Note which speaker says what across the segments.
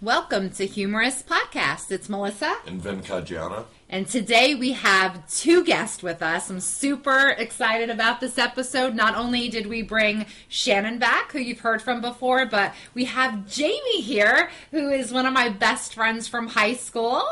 Speaker 1: Welcome to Humorous Podcast. It's Melissa,
Speaker 2: and Venkajana.
Speaker 1: and today we have two guests with us. I'm super excited about this episode. Not only did we bring Shannon back, who you've heard from before, but we have Jamie here, who is one of my best friends from high school,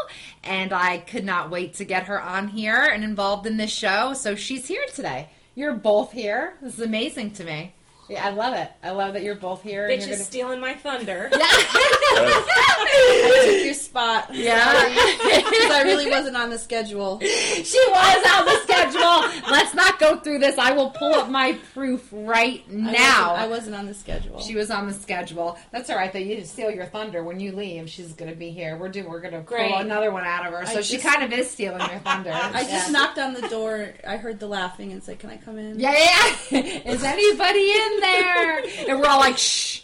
Speaker 1: and I could not wait to get her on here and involved in this show. So she's here today. You're both here. This is amazing to me. Yeah, I love it. I love that you're both here. and
Speaker 3: Bitch
Speaker 1: you're
Speaker 3: is stealing my thunder.
Speaker 4: I took your spot.
Speaker 1: Yeah.
Speaker 4: Because I really wasn't on the schedule.
Speaker 1: She was on the schedule. Let's not go through this. I will pull up my proof right
Speaker 4: I
Speaker 1: now.
Speaker 4: wasn't- I wasn't on the schedule.
Speaker 1: she was on the schedule. That's all right. Though you just steal your thunder when you leave. She's gonna be here. We're doing. We're gonna
Speaker 3: Great.
Speaker 1: pull another one out of her. So
Speaker 4: I
Speaker 1: she
Speaker 4: just-
Speaker 1: kind of is stealing your thunder.
Speaker 4: I just
Speaker 1: Yeah.
Speaker 4: knocked on the door. I heard the laughing and said, "Can I come in?"
Speaker 1: Yeah, yeah, yeah. Is anybody in there? And we're all like, shh,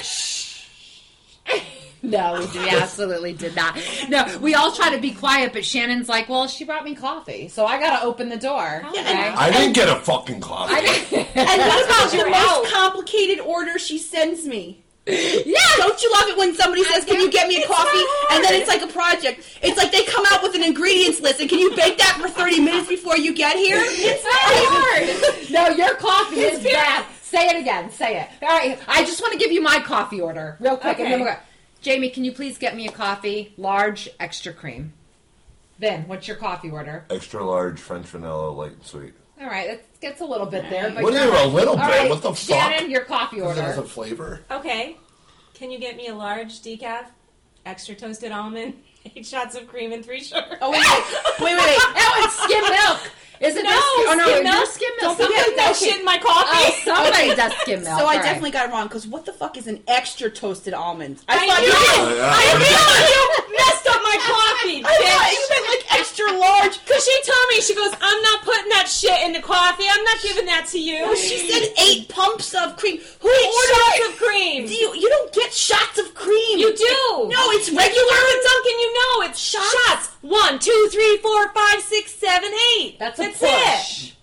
Speaker 1: shh. No, we, we absolutely did not. No, we all try to be quiet, but Shannon's like, well, she brought me coffee, so I gotta open the door. Okay?
Speaker 2: I didn't get a fucking clock.
Speaker 4: And what about the
Speaker 3: You're out.
Speaker 4: most complicated order she sends me?
Speaker 1: Yeah.
Speaker 4: Don't you love it when somebody says, "Can you get me a coffee?" And then it's like a project. It's like they come out with an ingredients list, and can you bake that for thirty minutes before you get here?
Speaker 1: It's not hard. no, your coffee is bad. Say it again. Say it. All right. I just want to give you my coffee order real quick. And then
Speaker 3: Okay.
Speaker 1: we'll go. Jamie, can you please get me a coffee, large, extra cream? Then, what's your coffee order?
Speaker 2: Extra large French vanilla, light and sweet.
Speaker 1: All right, that gets a little bit there. But
Speaker 2: What
Speaker 1: you're
Speaker 2: do you a little bit?
Speaker 1: All right,
Speaker 2: what the
Speaker 1: Shannon,
Speaker 2: fuck?
Speaker 1: your coffee
Speaker 2: Is that a
Speaker 1: order.
Speaker 2: flavor?
Speaker 3: Okay. Can you get me a large decaf, extra toasted almond, eight shots of cream, and three sugar?
Speaker 4: Oh wait, wait, wait, wait. wait.
Speaker 1: Oh, it's skim milk. Isn't
Speaker 3: No,
Speaker 1: it? Oh, no,
Speaker 3: skim
Speaker 1: Your
Speaker 3: milk.
Speaker 1: skim milk.
Speaker 3: Don't put
Speaker 1: Somebody-
Speaker 3: that shit in my coffee.
Speaker 1: Oh, somebody does skim milk.
Speaker 4: So
Speaker 1: All
Speaker 4: I
Speaker 1: right.
Speaker 4: definitely got it wrong because what the fuck is an extra toasted almond?
Speaker 3: I knew
Speaker 4: you-
Speaker 3: it. I
Speaker 2: Yeah.
Speaker 3: knew you messed up my coffee,
Speaker 4: I thought you
Speaker 3: bitch.
Speaker 4: meant like extra large.
Speaker 3: Cause she told me she goes, I'm not putting that shit in the coffee. I'm not giving that to you.
Speaker 4: Oh, She said eight pumps of cream. Who
Speaker 3: shots
Speaker 4: orders?
Speaker 3: of cream.
Speaker 4: Do you, you don't get shots of cream.
Speaker 3: You do.
Speaker 4: No, it's
Speaker 3: If you
Speaker 4: regular.
Speaker 3: work with Duncan, you know it's shots. One, two, three, four, five, six, seven, eight.
Speaker 1: That's a
Speaker 3: That's
Speaker 1: push.
Speaker 3: it.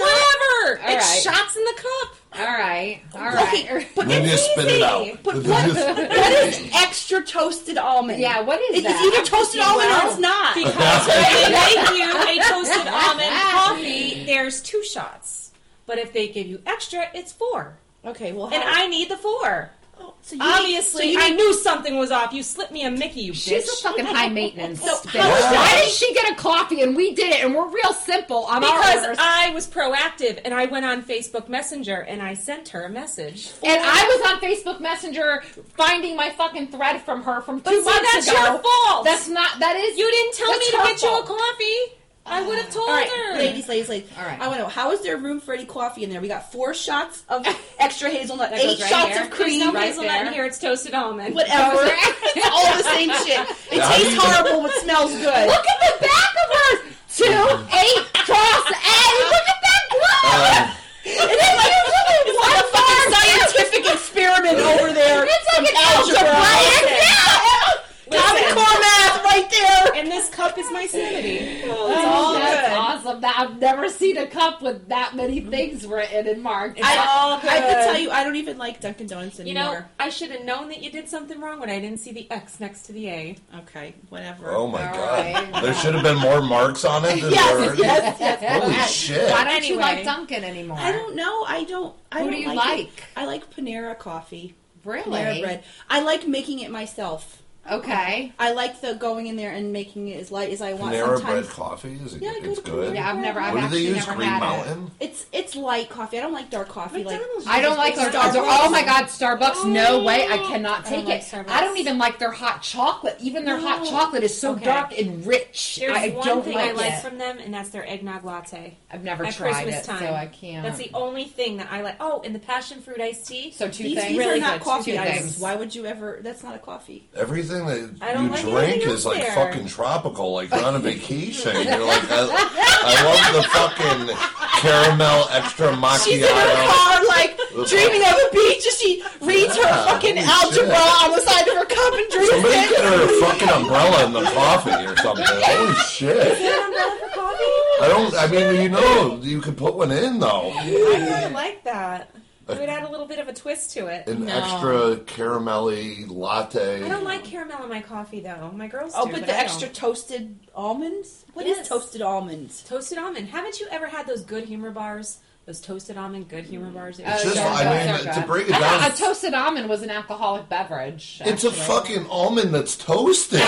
Speaker 3: Whatever.
Speaker 1: All
Speaker 3: it's
Speaker 1: right.
Speaker 3: shots in the cup.
Speaker 1: All right. All
Speaker 4: Okay,
Speaker 1: right.
Speaker 4: but
Speaker 2: Then
Speaker 4: it's
Speaker 2: you
Speaker 4: easy.
Speaker 2: spit it out.
Speaker 4: But
Speaker 2: Then
Speaker 4: what-
Speaker 2: you spit
Speaker 4: What
Speaker 2: it
Speaker 4: is extra toasted almond?
Speaker 1: Yeah, what is
Speaker 4: It-
Speaker 1: that?
Speaker 4: it's either toasted almond or it's not.
Speaker 3: Because when they make you a toasted almond coffee, there's two shots. But if they give you extra, it's four.
Speaker 4: Okay, well,
Speaker 3: And I need the four.
Speaker 4: oh, so you
Speaker 3: Obviously,
Speaker 4: need, so you
Speaker 3: I
Speaker 4: need-
Speaker 3: knew something was off. You slipped me a Mickey, you bitch.
Speaker 1: She's a fucking high maintenance
Speaker 4: So
Speaker 1: bitch.
Speaker 4: how is
Speaker 1: Why
Speaker 4: that-
Speaker 1: did she get a coffee and we did it and we're real simple on our
Speaker 3: because uh,
Speaker 1: orders?
Speaker 3: I was proactive and I went on Facebook Messenger and I sent her a message.
Speaker 1: and I was on Facebook Messenger finding my fucking thread from her from two
Speaker 3: see,
Speaker 1: months
Speaker 3: that's
Speaker 1: ago.
Speaker 3: your fault.
Speaker 1: That's not. That is.
Speaker 3: You didn't tell
Speaker 1: That's
Speaker 3: me to
Speaker 1: her
Speaker 3: get you a
Speaker 1: fault.
Speaker 3: coffee. I would have told
Speaker 4: All right,
Speaker 3: her.
Speaker 4: ladies, ladies, ladies.
Speaker 1: All right.
Speaker 4: I want to know how is there room for any coffee in there? We got four shots of extra hazelnut,
Speaker 1: That goes
Speaker 4: eight
Speaker 1: right
Speaker 4: shots
Speaker 1: here.
Speaker 4: of
Speaker 3: There's
Speaker 4: cream,
Speaker 3: no
Speaker 1: right
Speaker 3: hazelnut
Speaker 1: there.
Speaker 3: in here. It's toasted almond.
Speaker 4: whatever.
Speaker 1: Right.
Speaker 4: it's all the same shit. It
Speaker 2: Yeah, how do
Speaker 4: tastes
Speaker 2: you-
Speaker 4: horrible, but smells good.
Speaker 1: Look at the back of her. Two eight cross A. Look at that glove.
Speaker 2: out.
Speaker 4: It's like, it's like a fucking scientific experiment over there.
Speaker 1: It's like an
Speaker 4: algebra.
Speaker 1: algebraic. Yeah.
Speaker 4: Common core math right there.
Speaker 3: and this cup is my sanity.
Speaker 4: It's all
Speaker 1: Oh, that's
Speaker 4: good.
Speaker 1: awesome. That I've never seen a cup with that many things written and marked.
Speaker 4: I,
Speaker 3: all
Speaker 4: I
Speaker 3: good.
Speaker 4: can tell you, I don't even like Dunkin' Donuts
Speaker 3: You
Speaker 4: anymore.
Speaker 3: know, I should have known that you did something wrong when I didn't see the X next to the A.
Speaker 4: okay, whatever.
Speaker 2: Oh my
Speaker 1: All
Speaker 2: god.
Speaker 1: right.
Speaker 2: There should have been more marks on it than there
Speaker 4: Yes,
Speaker 2: already-
Speaker 4: yes, yes.
Speaker 2: Holy
Speaker 1: Why
Speaker 2: shit.
Speaker 1: don't you
Speaker 3: Anyway.
Speaker 1: like Dunkin' anymore?
Speaker 4: I don't know. I don't. I
Speaker 1: Who
Speaker 4: don't
Speaker 1: do you like?
Speaker 4: it. I like Panera coffee, Panera
Speaker 1: really.
Speaker 4: bread. I like making it myself.
Speaker 1: Okay.
Speaker 4: I like the going in there and making it as light as I want.
Speaker 2: Panera bread
Speaker 4: Sometimes
Speaker 2: coffee? Is it,
Speaker 4: Yeah, I go
Speaker 2: it's
Speaker 4: to
Speaker 2: good.
Speaker 4: Panera.
Speaker 1: Yeah, I've never. I've
Speaker 2: What do
Speaker 1: actually
Speaker 2: they use?
Speaker 1: never
Speaker 2: Green
Speaker 1: had it.
Speaker 2: Mountain?
Speaker 4: it's it's light coffee. I don't like dark coffee. Like
Speaker 1: I don't like their.
Speaker 4: Starbucks.
Speaker 1: Oh my God, Starbucks! No way! I cannot
Speaker 3: Oh. I don't
Speaker 1: take
Speaker 3: like
Speaker 1: it.
Speaker 3: Starbucks.
Speaker 1: I don't even like their hot chocolate. Even their hot chocolate is so
Speaker 3: Okay.
Speaker 1: dark and rich.
Speaker 3: There's
Speaker 1: I
Speaker 3: one
Speaker 1: don't
Speaker 3: thing
Speaker 1: like
Speaker 3: I like
Speaker 1: it.
Speaker 3: from them, and that's their eggnog latte
Speaker 1: I've never
Speaker 3: at
Speaker 1: tried
Speaker 3: Christmas
Speaker 1: it,
Speaker 3: time.
Speaker 1: so I can't.
Speaker 3: That's the only thing that I like. Oh, and the passion fruit iced tea.
Speaker 1: so two
Speaker 4: These,
Speaker 1: things.
Speaker 4: these
Speaker 3: Really
Speaker 4: are not
Speaker 3: good.
Speaker 4: coffee
Speaker 1: Two
Speaker 4: items.
Speaker 1: things.
Speaker 4: Why would you ever? That's not a coffee.
Speaker 2: Everything that
Speaker 3: I don't
Speaker 2: you
Speaker 3: like
Speaker 2: drink
Speaker 3: anything
Speaker 2: is
Speaker 3: else
Speaker 2: like
Speaker 3: there.
Speaker 2: fucking tropical, like you're on a vacation. You're like, I, I love the fucking caramel extra macchiato.
Speaker 4: She's in her car, like dreaming of the beach, and she reads her
Speaker 2: Yeah,
Speaker 4: fucking
Speaker 2: holy
Speaker 4: algebra
Speaker 2: shit.
Speaker 4: on the side of her cup and drinks
Speaker 2: Somebody
Speaker 4: it.
Speaker 2: get her a fucking umbrella in the coffee or something. Holy shit. I don't, I mean, you know, you could put one in though.
Speaker 3: I kind of like that. It would add a little bit of a twist to it.
Speaker 2: An
Speaker 1: No.
Speaker 2: extra caramelly latte.
Speaker 3: I don't like caramel in my coffee though. My girls
Speaker 4: Oh,
Speaker 3: do,
Speaker 4: but
Speaker 3: I
Speaker 4: the
Speaker 3: don't.
Speaker 4: extra toasted almonds? What is
Speaker 3: Yes.
Speaker 4: toasted almonds?
Speaker 3: toasted almond. Haven't you ever had those good humor bars? Those toasted almond good humor bars.
Speaker 1: Oh,
Speaker 2: It's just,
Speaker 1: yeah,
Speaker 2: I
Speaker 1: those
Speaker 2: mean,
Speaker 1: are
Speaker 2: to
Speaker 1: good.
Speaker 2: break it
Speaker 1: I
Speaker 2: down,
Speaker 1: thought a toasted almond was an alcoholic beverage.
Speaker 2: it's a
Speaker 1: actually.
Speaker 2: fucking almond that's toasted.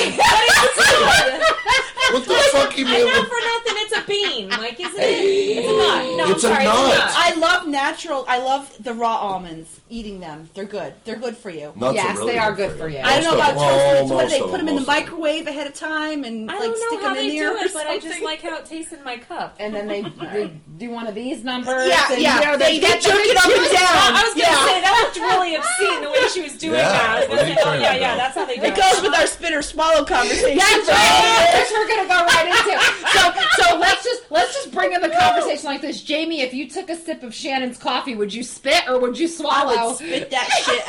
Speaker 2: what the fuck you
Speaker 3: I
Speaker 2: mean?
Speaker 3: know
Speaker 2: with-
Speaker 3: for nothing. It's a bean. Like, is it? It's a nut. No,
Speaker 2: It's a
Speaker 3: I'm sorry.
Speaker 2: nut.
Speaker 3: It's a nut.
Speaker 4: I love natural. I love the raw almonds. Eating them, they're good. They're good for you.
Speaker 2: Nuts
Speaker 1: Yes,
Speaker 2: really
Speaker 1: they are good for you.
Speaker 4: I don't know
Speaker 2: Most
Speaker 4: about
Speaker 2: of- well,
Speaker 4: toasted. So what do they
Speaker 2: most of
Speaker 4: put them in the
Speaker 2: most of
Speaker 4: microwave ahead of time and
Speaker 3: I
Speaker 4: like
Speaker 3: don't
Speaker 4: stick
Speaker 3: know how
Speaker 4: them in
Speaker 3: they
Speaker 4: there
Speaker 3: do
Speaker 4: or
Speaker 3: it, but I just
Speaker 4: something?
Speaker 3: like how it tastes in my cup.
Speaker 1: And then they, they do one of these numbers.
Speaker 4: Yeah,
Speaker 1: and,
Speaker 4: yeah.
Speaker 1: You know,
Speaker 4: They-
Speaker 1: they,
Speaker 4: they
Speaker 1: get the
Speaker 4: jerk it up and
Speaker 1: juice.
Speaker 4: down.
Speaker 3: I was gonna
Speaker 4: Yeah.
Speaker 3: say that looked really obscene the way she was doing
Speaker 2: Yeah,
Speaker 3: that. I was
Speaker 2: what are
Speaker 3: gonna
Speaker 2: you
Speaker 3: say, oh
Speaker 2: talking
Speaker 3: yeah, yeah,
Speaker 2: about?
Speaker 3: that's how they do
Speaker 4: It
Speaker 3: it.
Speaker 4: goes with our spinner swallow conversation.
Speaker 1: That's right. Which we're gonna go right into. So, so let's just let's just bring in the conversation like this. Jamie, if you took a sip of Shannon's coffee, would you spit or would you swallow?
Speaker 4: I would spit that shit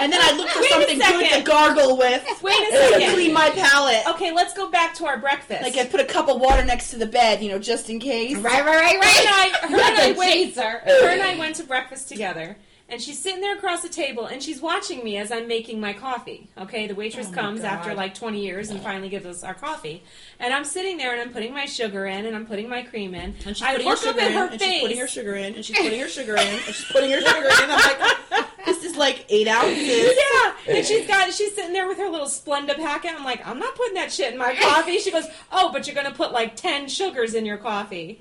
Speaker 4: and then I'd look for
Speaker 3: Wait a
Speaker 4: something good
Speaker 3: second.
Speaker 4: to gargle with
Speaker 3: Wait a
Speaker 4: to
Speaker 3: second.
Speaker 4: clean my palate.
Speaker 3: Okay, let's go back to our breakfast.
Speaker 4: Like I'd put a cup of water next to the bed, you know, just in case.
Speaker 1: Right, right, right,
Speaker 3: her and
Speaker 1: right.
Speaker 3: I, her and I
Speaker 1: Like a
Speaker 3: went
Speaker 1: chaser.
Speaker 3: her and I went to breakfast together, and she's sitting there across the table, and she's watching me as I'm making my coffee. Okay, the
Speaker 4: Oh
Speaker 3: waitress comes after like 20 years and finally gives us our coffee, and I'm sitting there and I'm putting my sugar in and I'm putting my cream in.
Speaker 4: And she's
Speaker 3: I
Speaker 4: putting her
Speaker 3: look up
Speaker 4: sugar
Speaker 3: at
Speaker 4: in,
Speaker 3: her
Speaker 4: and she's putting her
Speaker 3: face.
Speaker 4: sugar in, and she's putting her sugar in, and she's putting her sugar in. I'm like, this is like eight ounces.
Speaker 3: Yeah, and she's got she's sitting there with her little Splenda packet. I'm like, I'm not putting that shit in my coffee. She goes, Oh, but you're gonna put like ten sugars in your coffee.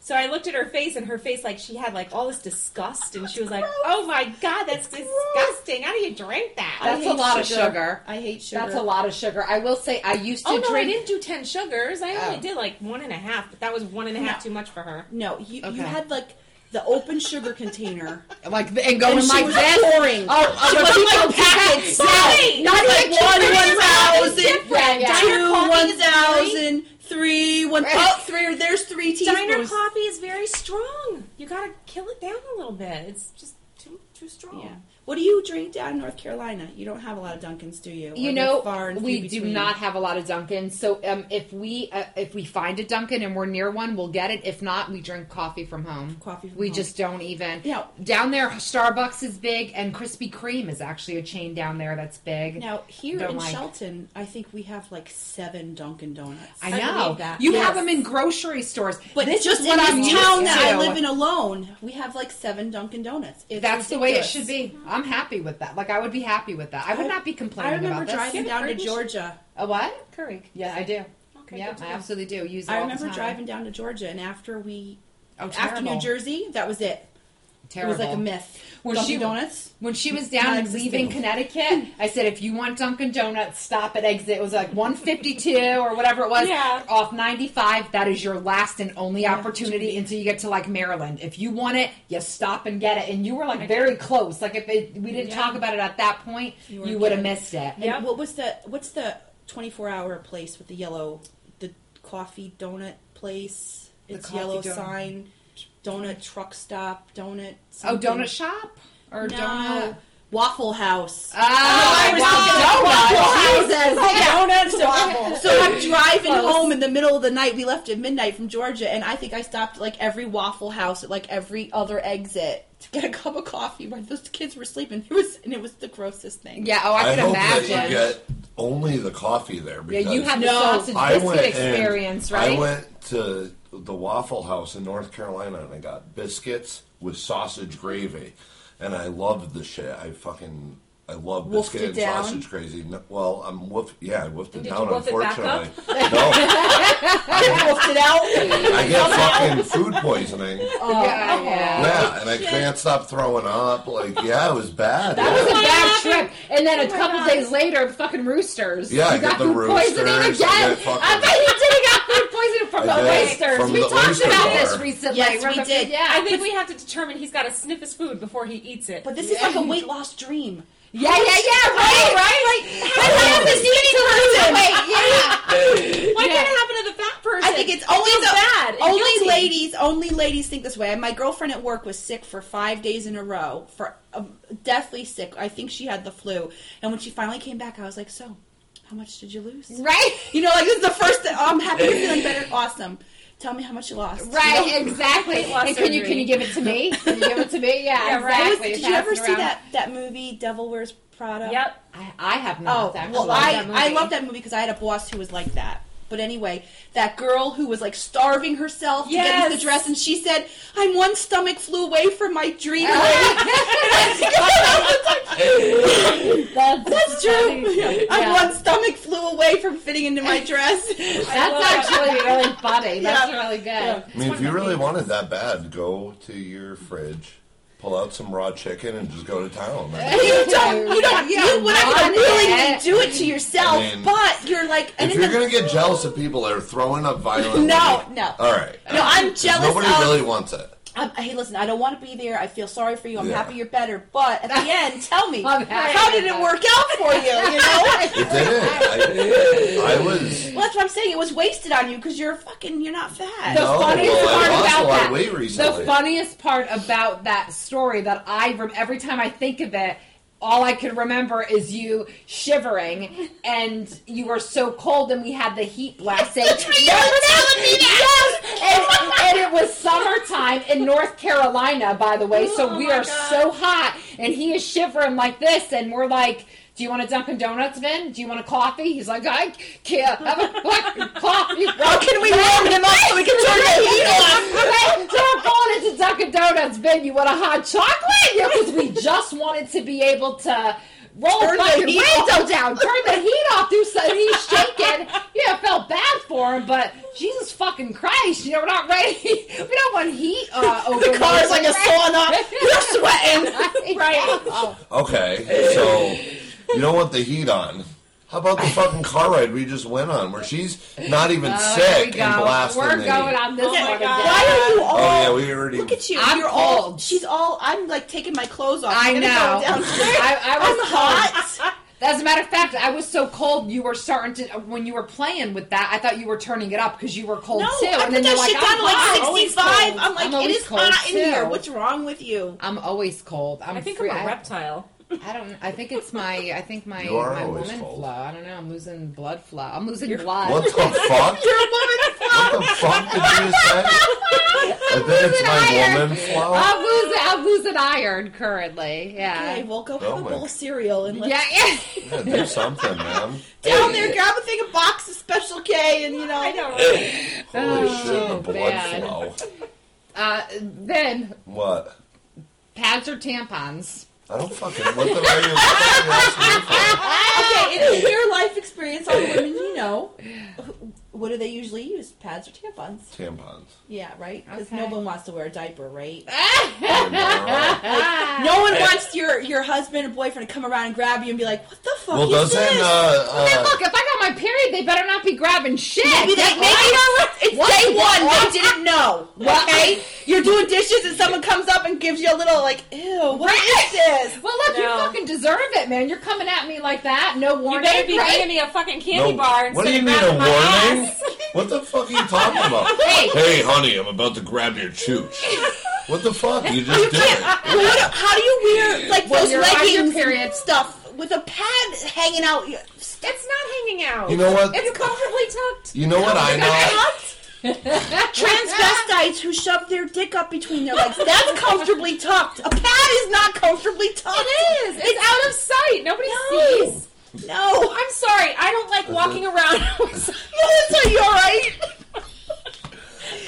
Speaker 3: So I looked at her face, and her face like she had like all this disgust, and she was like, "Oh my god, that's disgusting! How do you drink that?"
Speaker 1: That's a lot of sugar.
Speaker 4: I hate sugar.
Speaker 1: That's a lot of sugar. I will say I used to
Speaker 3: Oh no, I
Speaker 1: drink.
Speaker 3: didn't do ten sugars. I only
Speaker 1: Oh.
Speaker 3: did like one and a half, but that was one and a half
Speaker 4: No.
Speaker 3: too much for her.
Speaker 4: No, you,
Speaker 1: Okay.
Speaker 4: you had like the open sugar container.
Speaker 1: like and going
Speaker 4: And she
Speaker 1: like
Speaker 4: was
Speaker 1: this.
Speaker 4: pouring.
Speaker 1: Oh, oh,
Speaker 4: She
Speaker 1: the
Speaker 4: wasn't
Speaker 1: people
Speaker 4: like
Speaker 1: do that.
Speaker 4: packets.
Speaker 1: No,
Speaker 4: Sorry.
Speaker 1: not
Speaker 4: Like
Speaker 1: like
Speaker 4: one,
Speaker 1: two
Speaker 4: one
Speaker 1: fingers.
Speaker 4: thousand,
Speaker 1: Yeah, yeah.
Speaker 4: Two,
Speaker 3: coffee
Speaker 4: one
Speaker 3: is
Speaker 4: thousand, three, one.
Speaker 1: Right.
Speaker 4: Oh, three. There's three
Speaker 3: Diner
Speaker 4: teaspoons.
Speaker 3: coffee is very strong. You gotta kill it down a little bit. It's just too too strong.
Speaker 4: Yeah. What do you drink down in North Carolina? You don't have a lot of Dunkins, do you? Or
Speaker 1: you
Speaker 4: they're
Speaker 1: know
Speaker 4: far and
Speaker 1: we
Speaker 4: few
Speaker 1: do
Speaker 4: between.
Speaker 1: not have a lot of Dunkin'. So um, if we uh, if we find a Dunkin' and we're near one, we'll get it. If not, we drink coffee from home.
Speaker 4: Coffee from
Speaker 1: we
Speaker 4: home.
Speaker 1: just don't even.
Speaker 4: Yeah.
Speaker 1: Down there, Starbucks is big, and Krispy Kreme is actually a chain down there that's big.
Speaker 4: Now here
Speaker 1: Don't
Speaker 4: in
Speaker 1: like.
Speaker 4: Shelton, I think we have like seven Dunkin' Donuts.
Speaker 1: I
Speaker 3: I
Speaker 1: know
Speaker 3: believe that.
Speaker 1: you
Speaker 4: Yes.
Speaker 1: have them in grocery stores,
Speaker 4: but
Speaker 1: this
Speaker 4: just
Speaker 1: is what
Speaker 4: in
Speaker 1: I'm
Speaker 4: this
Speaker 1: used
Speaker 4: town that I
Speaker 1: to.
Speaker 4: live in alone, we have like seven Dunkin' Donuts. It's
Speaker 1: That's the way it
Speaker 4: ridiculous.
Speaker 1: should be. I'm happy with that. Like I would be happy with that. I would
Speaker 4: I-
Speaker 1: not be
Speaker 4: I
Speaker 1: complaining
Speaker 4: remember
Speaker 1: about this.
Speaker 4: driving
Speaker 3: Yeah,
Speaker 4: down to
Speaker 3: pretty sure.
Speaker 4: Georgia.
Speaker 1: a what?
Speaker 3: Curry.
Speaker 1: Yeah, I do.
Speaker 3: Okay,
Speaker 1: yeah,
Speaker 3: good to
Speaker 1: I
Speaker 3: know.
Speaker 1: absolutely do. Use. It
Speaker 4: I
Speaker 1: all
Speaker 4: remember
Speaker 1: the time.
Speaker 4: driving down to Georgia, and after we
Speaker 1: Oh,
Speaker 4: after New
Speaker 1: terrible.
Speaker 4: Jersey, that was it.
Speaker 1: Terrible.
Speaker 4: It was like a myth.
Speaker 1: Well,
Speaker 4: Dunkin'
Speaker 1: she-
Speaker 4: Donuts.
Speaker 1: When she was down and leaving Connecticut, I said, if you want Dunkin' Donuts, stop at exit. It was like 152 or whatever it was
Speaker 3: Yeah.
Speaker 1: off 95. That is your last and only opportunity until you get to like Maryland. If you want it, you stop and get it. And you were like very close. Like if it, we didn't
Speaker 3: Yeah.
Speaker 1: talk about it at that point,
Speaker 4: You
Speaker 1: you,
Speaker 4: were
Speaker 1: would have
Speaker 4: good.
Speaker 1: missed it.
Speaker 4: And
Speaker 3: Yep.
Speaker 4: What was the what's the twenty four hour place with the yellow the coffee donut place?
Speaker 1: The
Speaker 4: It's
Speaker 1: coffee
Speaker 4: yellow
Speaker 1: donut.
Speaker 4: sign. Donut truck stop.
Speaker 1: Oh,
Speaker 4: Donut. something.
Speaker 1: donut shop or
Speaker 4: no.
Speaker 1: donut?
Speaker 4: Waffle House.
Speaker 1: Oh, wow, Oh, donuts.
Speaker 4: Donuts.
Speaker 1: waffles.
Speaker 4: So I'm driving
Speaker 1: Close.
Speaker 4: home in the middle of the night. We left at midnight from Georgia, and I think I stopped at like every Waffle House at like every other exit to get a cup of coffee while those kids were sleeping. It was and it was the grossest thing.
Speaker 1: Yeah, oh, I,
Speaker 2: I
Speaker 1: can
Speaker 2: hope
Speaker 1: imagine.
Speaker 2: that you get only the coffee there.
Speaker 1: yeah,
Speaker 2: Because
Speaker 1: you had the
Speaker 4: No.
Speaker 1: sausage
Speaker 2: I
Speaker 1: biscuit
Speaker 2: went and-
Speaker 1: experience, right?
Speaker 2: I went to the Waffle House in North Carolina and I got biscuits with sausage gravy, and I loved the shit. I fucking I love
Speaker 4: Wolfed
Speaker 2: biscuit
Speaker 4: it
Speaker 2: and
Speaker 4: down?
Speaker 2: sausage gravy. No- Well, I'm woof. Yeah, I woofed it
Speaker 3: Did you
Speaker 2: down.
Speaker 3: woof it back up?
Speaker 2: unfortunately, no,
Speaker 4: I wolfed it out.
Speaker 2: I get fucking food poisoning.
Speaker 1: Oh, yeah. yeah.
Speaker 2: Yeah, and I can't stop throwing up. Like, yeah, it was bad.
Speaker 1: That
Speaker 2: yeah.
Speaker 1: was a
Speaker 3: my
Speaker 1: bad
Speaker 3: God.
Speaker 1: trip. And then a
Speaker 3: Oh my
Speaker 1: couple
Speaker 3: God.
Speaker 1: days later, fucking roosters.
Speaker 2: Yeah, I
Speaker 1: you got
Speaker 2: got the
Speaker 1: food poisoning
Speaker 2: roosters, I
Speaker 1: again.
Speaker 2: got fucking-
Speaker 1: I bet you did. got food poisoning from
Speaker 2: I
Speaker 1: the
Speaker 2: did,
Speaker 1: oysters.
Speaker 2: from
Speaker 1: we
Speaker 2: the
Speaker 1: talked
Speaker 2: oyster
Speaker 1: about
Speaker 2: bar.
Speaker 1: this recently.
Speaker 4: Yes, we
Speaker 1: Remember-
Speaker 4: did.
Speaker 1: Yeah,
Speaker 3: I think we have to determine he's got to sniff his food before he eats it.
Speaker 4: But this is like a weight loss dream.
Speaker 1: yeah, yeah, yeah. Right, right. Like, I have this eating disorder. Wait, yeah.
Speaker 3: why
Speaker 1: Yeah.
Speaker 3: can't it happen to the fat person?
Speaker 4: I think it's only
Speaker 3: feels
Speaker 4: the
Speaker 3: bad. and
Speaker 4: only
Speaker 3: guilty.
Speaker 4: ladies. Only ladies think this way. My girlfriend at work was sick for five days in a row, for um, deathly sick. I think she had the flu. And when she finally came back, I was like, "So, how much did you lose?"
Speaker 1: Right.
Speaker 4: You know, like this is the first. oh, I'm happy you're feeling better. Awesome. Tell me how much you lost.
Speaker 1: Right, exactly.
Speaker 3: Weight loss
Speaker 1: And can you can
Speaker 3: surgery.
Speaker 1: you give it to me? Can you give it to me? Yeah,
Speaker 3: Yeah, right.
Speaker 4: What was-
Speaker 1: exactly.
Speaker 4: did you ever
Speaker 1: Pass it
Speaker 4: see
Speaker 1: around.
Speaker 4: that, that movie, Devil Wears Prada?
Speaker 3: Yep.
Speaker 1: I, I have
Speaker 4: Oh,
Speaker 1: not. actually.
Speaker 4: well, I,
Speaker 3: that
Speaker 4: I
Speaker 3: movie.
Speaker 4: love that movie because I had a boss who was like that. But anyway, that girl who was like starving herself to get into
Speaker 3: Yes.
Speaker 4: the dress, and she said, "I'm one stomach flew away from my dream."
Speaker 1: that's,
Speaker 4: That's true. I'm
Speaker 1: Yeah.
Speaker 4: one stomach flew away from fitting into my dress.
Speaker 3: love
Speaker 1: That's actually really funny. That's
Speaker 4: Yeah.
Speaker 1: really good.
Speaker 2: I mean, if you really want it that bad, go to your fridge, pull out some raw chicken, and just go to town. I mean,
Speaker 4: you don't. You don't.
Speaker 1: Yeah,
Speaker 4: you would not
Speaker 1: want
Speaker 4: willingly
Speaker 1: it.
Speaker 4: do it to yourself,
Speaker 2: I mean,
Speaker 4: but you're like. And
Speaker 2: if
Speaker 4: in
Speaker 2: you're
Speaker 4: the-
Speaker 2: gonna get jealous of people that are throwing up violent,
Speaker 4: No, no.
Speaker 2: all right,
Speaker 4: no, I'm jealous.
Speaker 2: nobody
Speaker 4: of,
Speaker 2: really wants it.
Speaker 4: I'm, hey, listen, I don't want to be there. I feel sorry for you. I'm
Speaker 2: Yeah.
Speaker 4: happy you're better. But at the end, tell me,
Speaker 1: I'm happy
Speaker 4: how did it
Speaker 1: you're
Speaker 4: work out for you? You know?
Speaker 2: It didn't. I, I was.
Speaker 4: well, that's what I'm saying. It was wasted on you because you're fucking, you're not fat.
Speaker 1: The
Speaker 2: No,
Speaker 1: funniest
Speaker 2: well, I
Speaker 1: part
Speaker 2: lost
Speaker 1: about
Speaker 2: a lot of
Speaker 1: that-
Speaker 2: weight recently.
Speaker 1: The funniest part about that story that I rem- every time I think of it, all I could remember is you shivering and you were so cold and we had the heat blasting. Remember that? Yes! And, and it was summertime in North Carolina, by the way, so
Speaker 4: Oh
Speaker 1: we
Speaker 4: my
Speaker 1: are
Speaker 4: God.
Speaker 1: so hot and he is shivering like this and we're like do you want a Dunkin' Donuts, Vin? Do you want a coffee? He's like, I can't have a fucking coffee.
Speaker 4: How can we warm him up so we can turn the heat off?
Speaker 1: Right, so we're going into Dunkin' Donuts, Ben. You want a hot chocolate? Yeah, because we just wanted to be able to roll
Speaker 4: Turn
Speaker 1: the
Speaker 4: the
Speaker 1: fucking
Speaker 4: heat
Speaker 1: window down, turn the heat off, do something. He's shaking. Yeah, it felt bad for him, but Jesus fucking Christ, you know, we're not ready. We don't want heat uh, over
Speaker 4: The car's like a sauna. You're sweating.
Speaker 1: Right. Oh,
Speaker 2: Okay, so you don't want the heat on. How about the fucking car ride we just went on, where she's not even
Speaker 1: oh, here
Speaker 2: sick
Speaker 1: we
Speaker 2: and
Speaker 1: go.
Speaker 2: blasting
Speaker 1: We're
Speaker 2: the
Speaker 1: going
Speaker 2: heat.
Speaker 1: on this
Speaker 3: Oh my
Speaker 1: one
Speaker 3: God.
Speaker 1: again.
Speaker 4: Why are you all?
Speaker 2: Oh yeah, we already.
Speaker 4: Look at you.
Speaker 1: I'm
Speaker 4: you're all.
Speaker 1: cold.
Speaker 4: She's all. I'm like taking my clothes off.
Speaker 1: I
Speaker 4: I'm gonna
Speaker 1: know.
Speaker 4: Go downstairs.
Speaker 1: I, I was
Speaker 4: I'm
Speaker 1: cold.
Speaker 4: hot.
Speaker 1: As a matter of fact, I was so cold. You were starting to when you were playing with that. I thought you were turning it up because you were cold
Speaker 4: No,
Speaker 1: too.
Speaker 4: I put
Speaker 1: you're
Speaker 4: that shit down to
Speaker 1: hot. I'm
Speaker 4: like
Speaker 1: always
Speaker 4: 65.
Speaker 1: cold.
Speaker 4: I'm like, it
Speaker 1: always
Speaker 4: is
Speaker 1: cold,
Speaker 4: hot in
Speaker 1: too.
Speaker 4: here. What's wrong with you?
Speaker 1: I'm always cold. I'm
Speaker 3: I think
Speaker 1: free-
Speaker 3: I'm a
Speaker 1: I-
Speaker 3: reptile.
Speaker 1: I don't. I think it's my. I think my
Speaker 2: You are
Speaker 1: my
Speaker 2: always
Speaker 1: woman
Speaker 2: cold.
Speaker 1: flow. I don't know. I'm losing blood flow. I'm losing blood.
Speaker 2: What the fuck?
Speaker 4: You're a woman.
Speaker 2: What the fuck did you just say? I bet it's my
Speaker 1: iron.
Speaker 2: woman flow.
Speaker 1: I'm losing. I'm losing iron currently. Yeah.
Speaker 4: Okay, well, go have
Speaker 2: Oh
Speaker 4: a
Speaker 2: my-
Speaker 4: bowl of cereal and let's
Speaker 1: Yeah. Yeah.
Speaker 2: Yeah, do
Speaker 4: Um,
Speaker 2: something, man.
Speaker 4: down there, grab a thing, a box of Special K, and you know.
Speaker 3: I know. Right?
Speaker 2: Holy
Speaker 1: Oh,
Speaker 2: shit, the blood
Speaker 1: man.
Speaker 2: flow.
Speaker 1: Uh, then
Speaker 2: What?
Speaker 1: pads or tampons.
Speaker 2: I don't fucking. What the what are you asking me
Speaker 4: Okay, it's a your life experience. All the women you know. What do they usually use? Pads or tampons?
Speaker 2: for? Tampons.
Speaker 4: Yeah, right. Because
Speaker 1: Okay.
Speaker 4: no one wants to wear a diaper, right?
Speaker 2: Oh, no.
Speaker 4: No one wants your your husband or boyfriend to come around and grab you and be like, "What the fuck
Speaker 2: Well,
Speaker 4: is this?"
Speaker 2: doesn't uh,
Speaker 1: Hey,
Speaker 2: uh,
Speaker 1: look, if I got my period, they better not be grabbing shit.
Speaker 4: Maybe they,
Speaker 1: Like,
Speaker 4: maybe it's day one.
Speaker 1: What?
Speaker 4: They didn't know. Okay, you're doing dishes and someone comes up and gives you a little like, "Ew, what is this?"
Speaker 1: Well, look, you
Speaker 3: No.
Speaker 1: fucking deserve it, man. You're coming at me like that. No
Speaker 3: You
Speaker 1: warning.
Speaker 3: better be
Speaker 1: right?
Speaker 3: giving me a fucking candy
Speaker 2: no,
Speaker 3: bar.
Speaker 2: what do you
Speaker 3: instead of
Speaker 2: mean a
Speaker 3: grabbing my
Speaker 2: warning?
Speaker 3: ass.
Speaker 2: What the fuck are you talking about?
Speaker 1: Hey.
Speaker 2: honey, I'm about to grab your chooch. What the fuck? You just did
Speaker 3: uh,
Speaker 2: it.
Speaker 4: Well, what do- how do you wear like
Speaker 1: When
Speaker 4: those
Speaker 1: you're on your
Speaker 4: leggings
Speaker 1: period.
Speaker 4: and stuff with a pad hanging out? your-
Speaker 3: It's not hanging out.
Speaker 2: You know what?
Speaker 3: It's comfortably tucked.
Speaker 2: You know what I know?
Speaker 4: Transvestites who shove their dick up between their legs. That's comfortably tucked. A pad is not comfortably tucked.
Speaker 3: It is. It's out of sight. Nobody
Speaker 4: No.
Speaker 3: sees. Oh,
Speaker 4: No.
Speaker 3: I'm sorry. I don't like walking around.
Speaker 4: No, it's are you all right?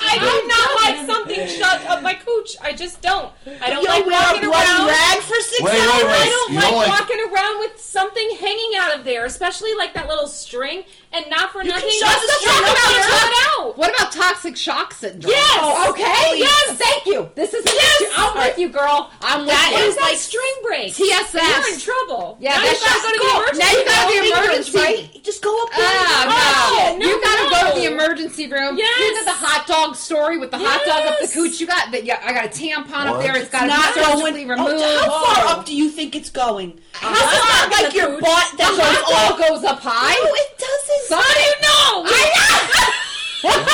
Speaker 3: I do not like something shoved up my cooch. I just don't. I don't
Speaker 4: You'll
Speaker 3: like
Speaker 4: wear a
Speaker 3: walking
Speaker 4: bloody
Speaker 3: around.
Speaker 4: rag for six
Speaker 2: Wait,
Speaker 4: hours.
Speaker 2: wait, wait.
Speaker 4: I
Speaker 3: I
Speaker 4: don't-
Speaker 3: don't
Speaker 2: You
Speaker 3: like
Speaker 2: don't like-
Speaker 3: walking around with something hanging out of there, especially like that little string. And not for nothing.
Speaker 4: shove
Speaker 3: let's
Speaker 4: the
Speaker 3: just
Speaker 4: string
Speaker 3: talk
Speaker 4: up
Speaker 3: about
Speaker 4: your
Speaker 3: it out.
Speaker 1: What about toxic shock syndrome?
Speaker 3: Yes!
Speaker 1: Oh, okay.
Speaker 4: Please.
Speaker 1: Yes. Thank you. This is yes. I'm with you, girl. I'm with
Speaker 4: That
Speaker 1: you.
Speaker 4: is
Speaker 3: It's like
Speaker 4: like
Speaker 3: string break.
Speaker 1: TSS.
Speaker 3: You're in trouble.
Speaker 1: Yeah,
Speaker 3: now
Speaker 1: that's
Speaker 3: you gotta
Speaker 1: just
Speaker 3: go to
Speaker 1: cool.
Speaker 3: the emergency
Speaker 1: Now you gotta
Speaker 3: room.
Speaker 1: be emergency.
Speaker 4: right? Just go up there. and-
Speaker 1: Ah,
Speaker 3: Oh,
Speaker 1: no.
Speaker 3: no,
Speaker 1: you gotta
Speaker 3: no.
Speaker 1: go to the emergency room.
Speaker 3: Yes.
Speaker 1: You know the hot dog story with the hot dog up the
Speaker 3: Yes.
Speaker 1: cooch. You got that? Yeah, I got a tampon up
Speaker 2: What?
Speaker 1: there. It's got to
Speaker 4: Not
Speaker 1: be
Speaker 4: going.
Speaker 1: surgically
Speaker 4: Oh,
Speaker 1: removed.
Speaker 4: how far
Speaker 3: Oh.
Speaker 4: up do you think it's going? How
Speaker 3: hot
Speaker 4: far?
Speaker 3: dog's
Speaker 4: Like
Speaker 3: a
Speaker 4: your
Speaker 3: food.
Speaker 4: butt that
Speaker 1: The
Speaker 4: goes all.
Speaker 1: hot dog goes up high.
Speaker 4: No, it doesn't.
Speaker 1: Son,
Speaker 4: I
Speaker 3: No.
Speaker 4: feel like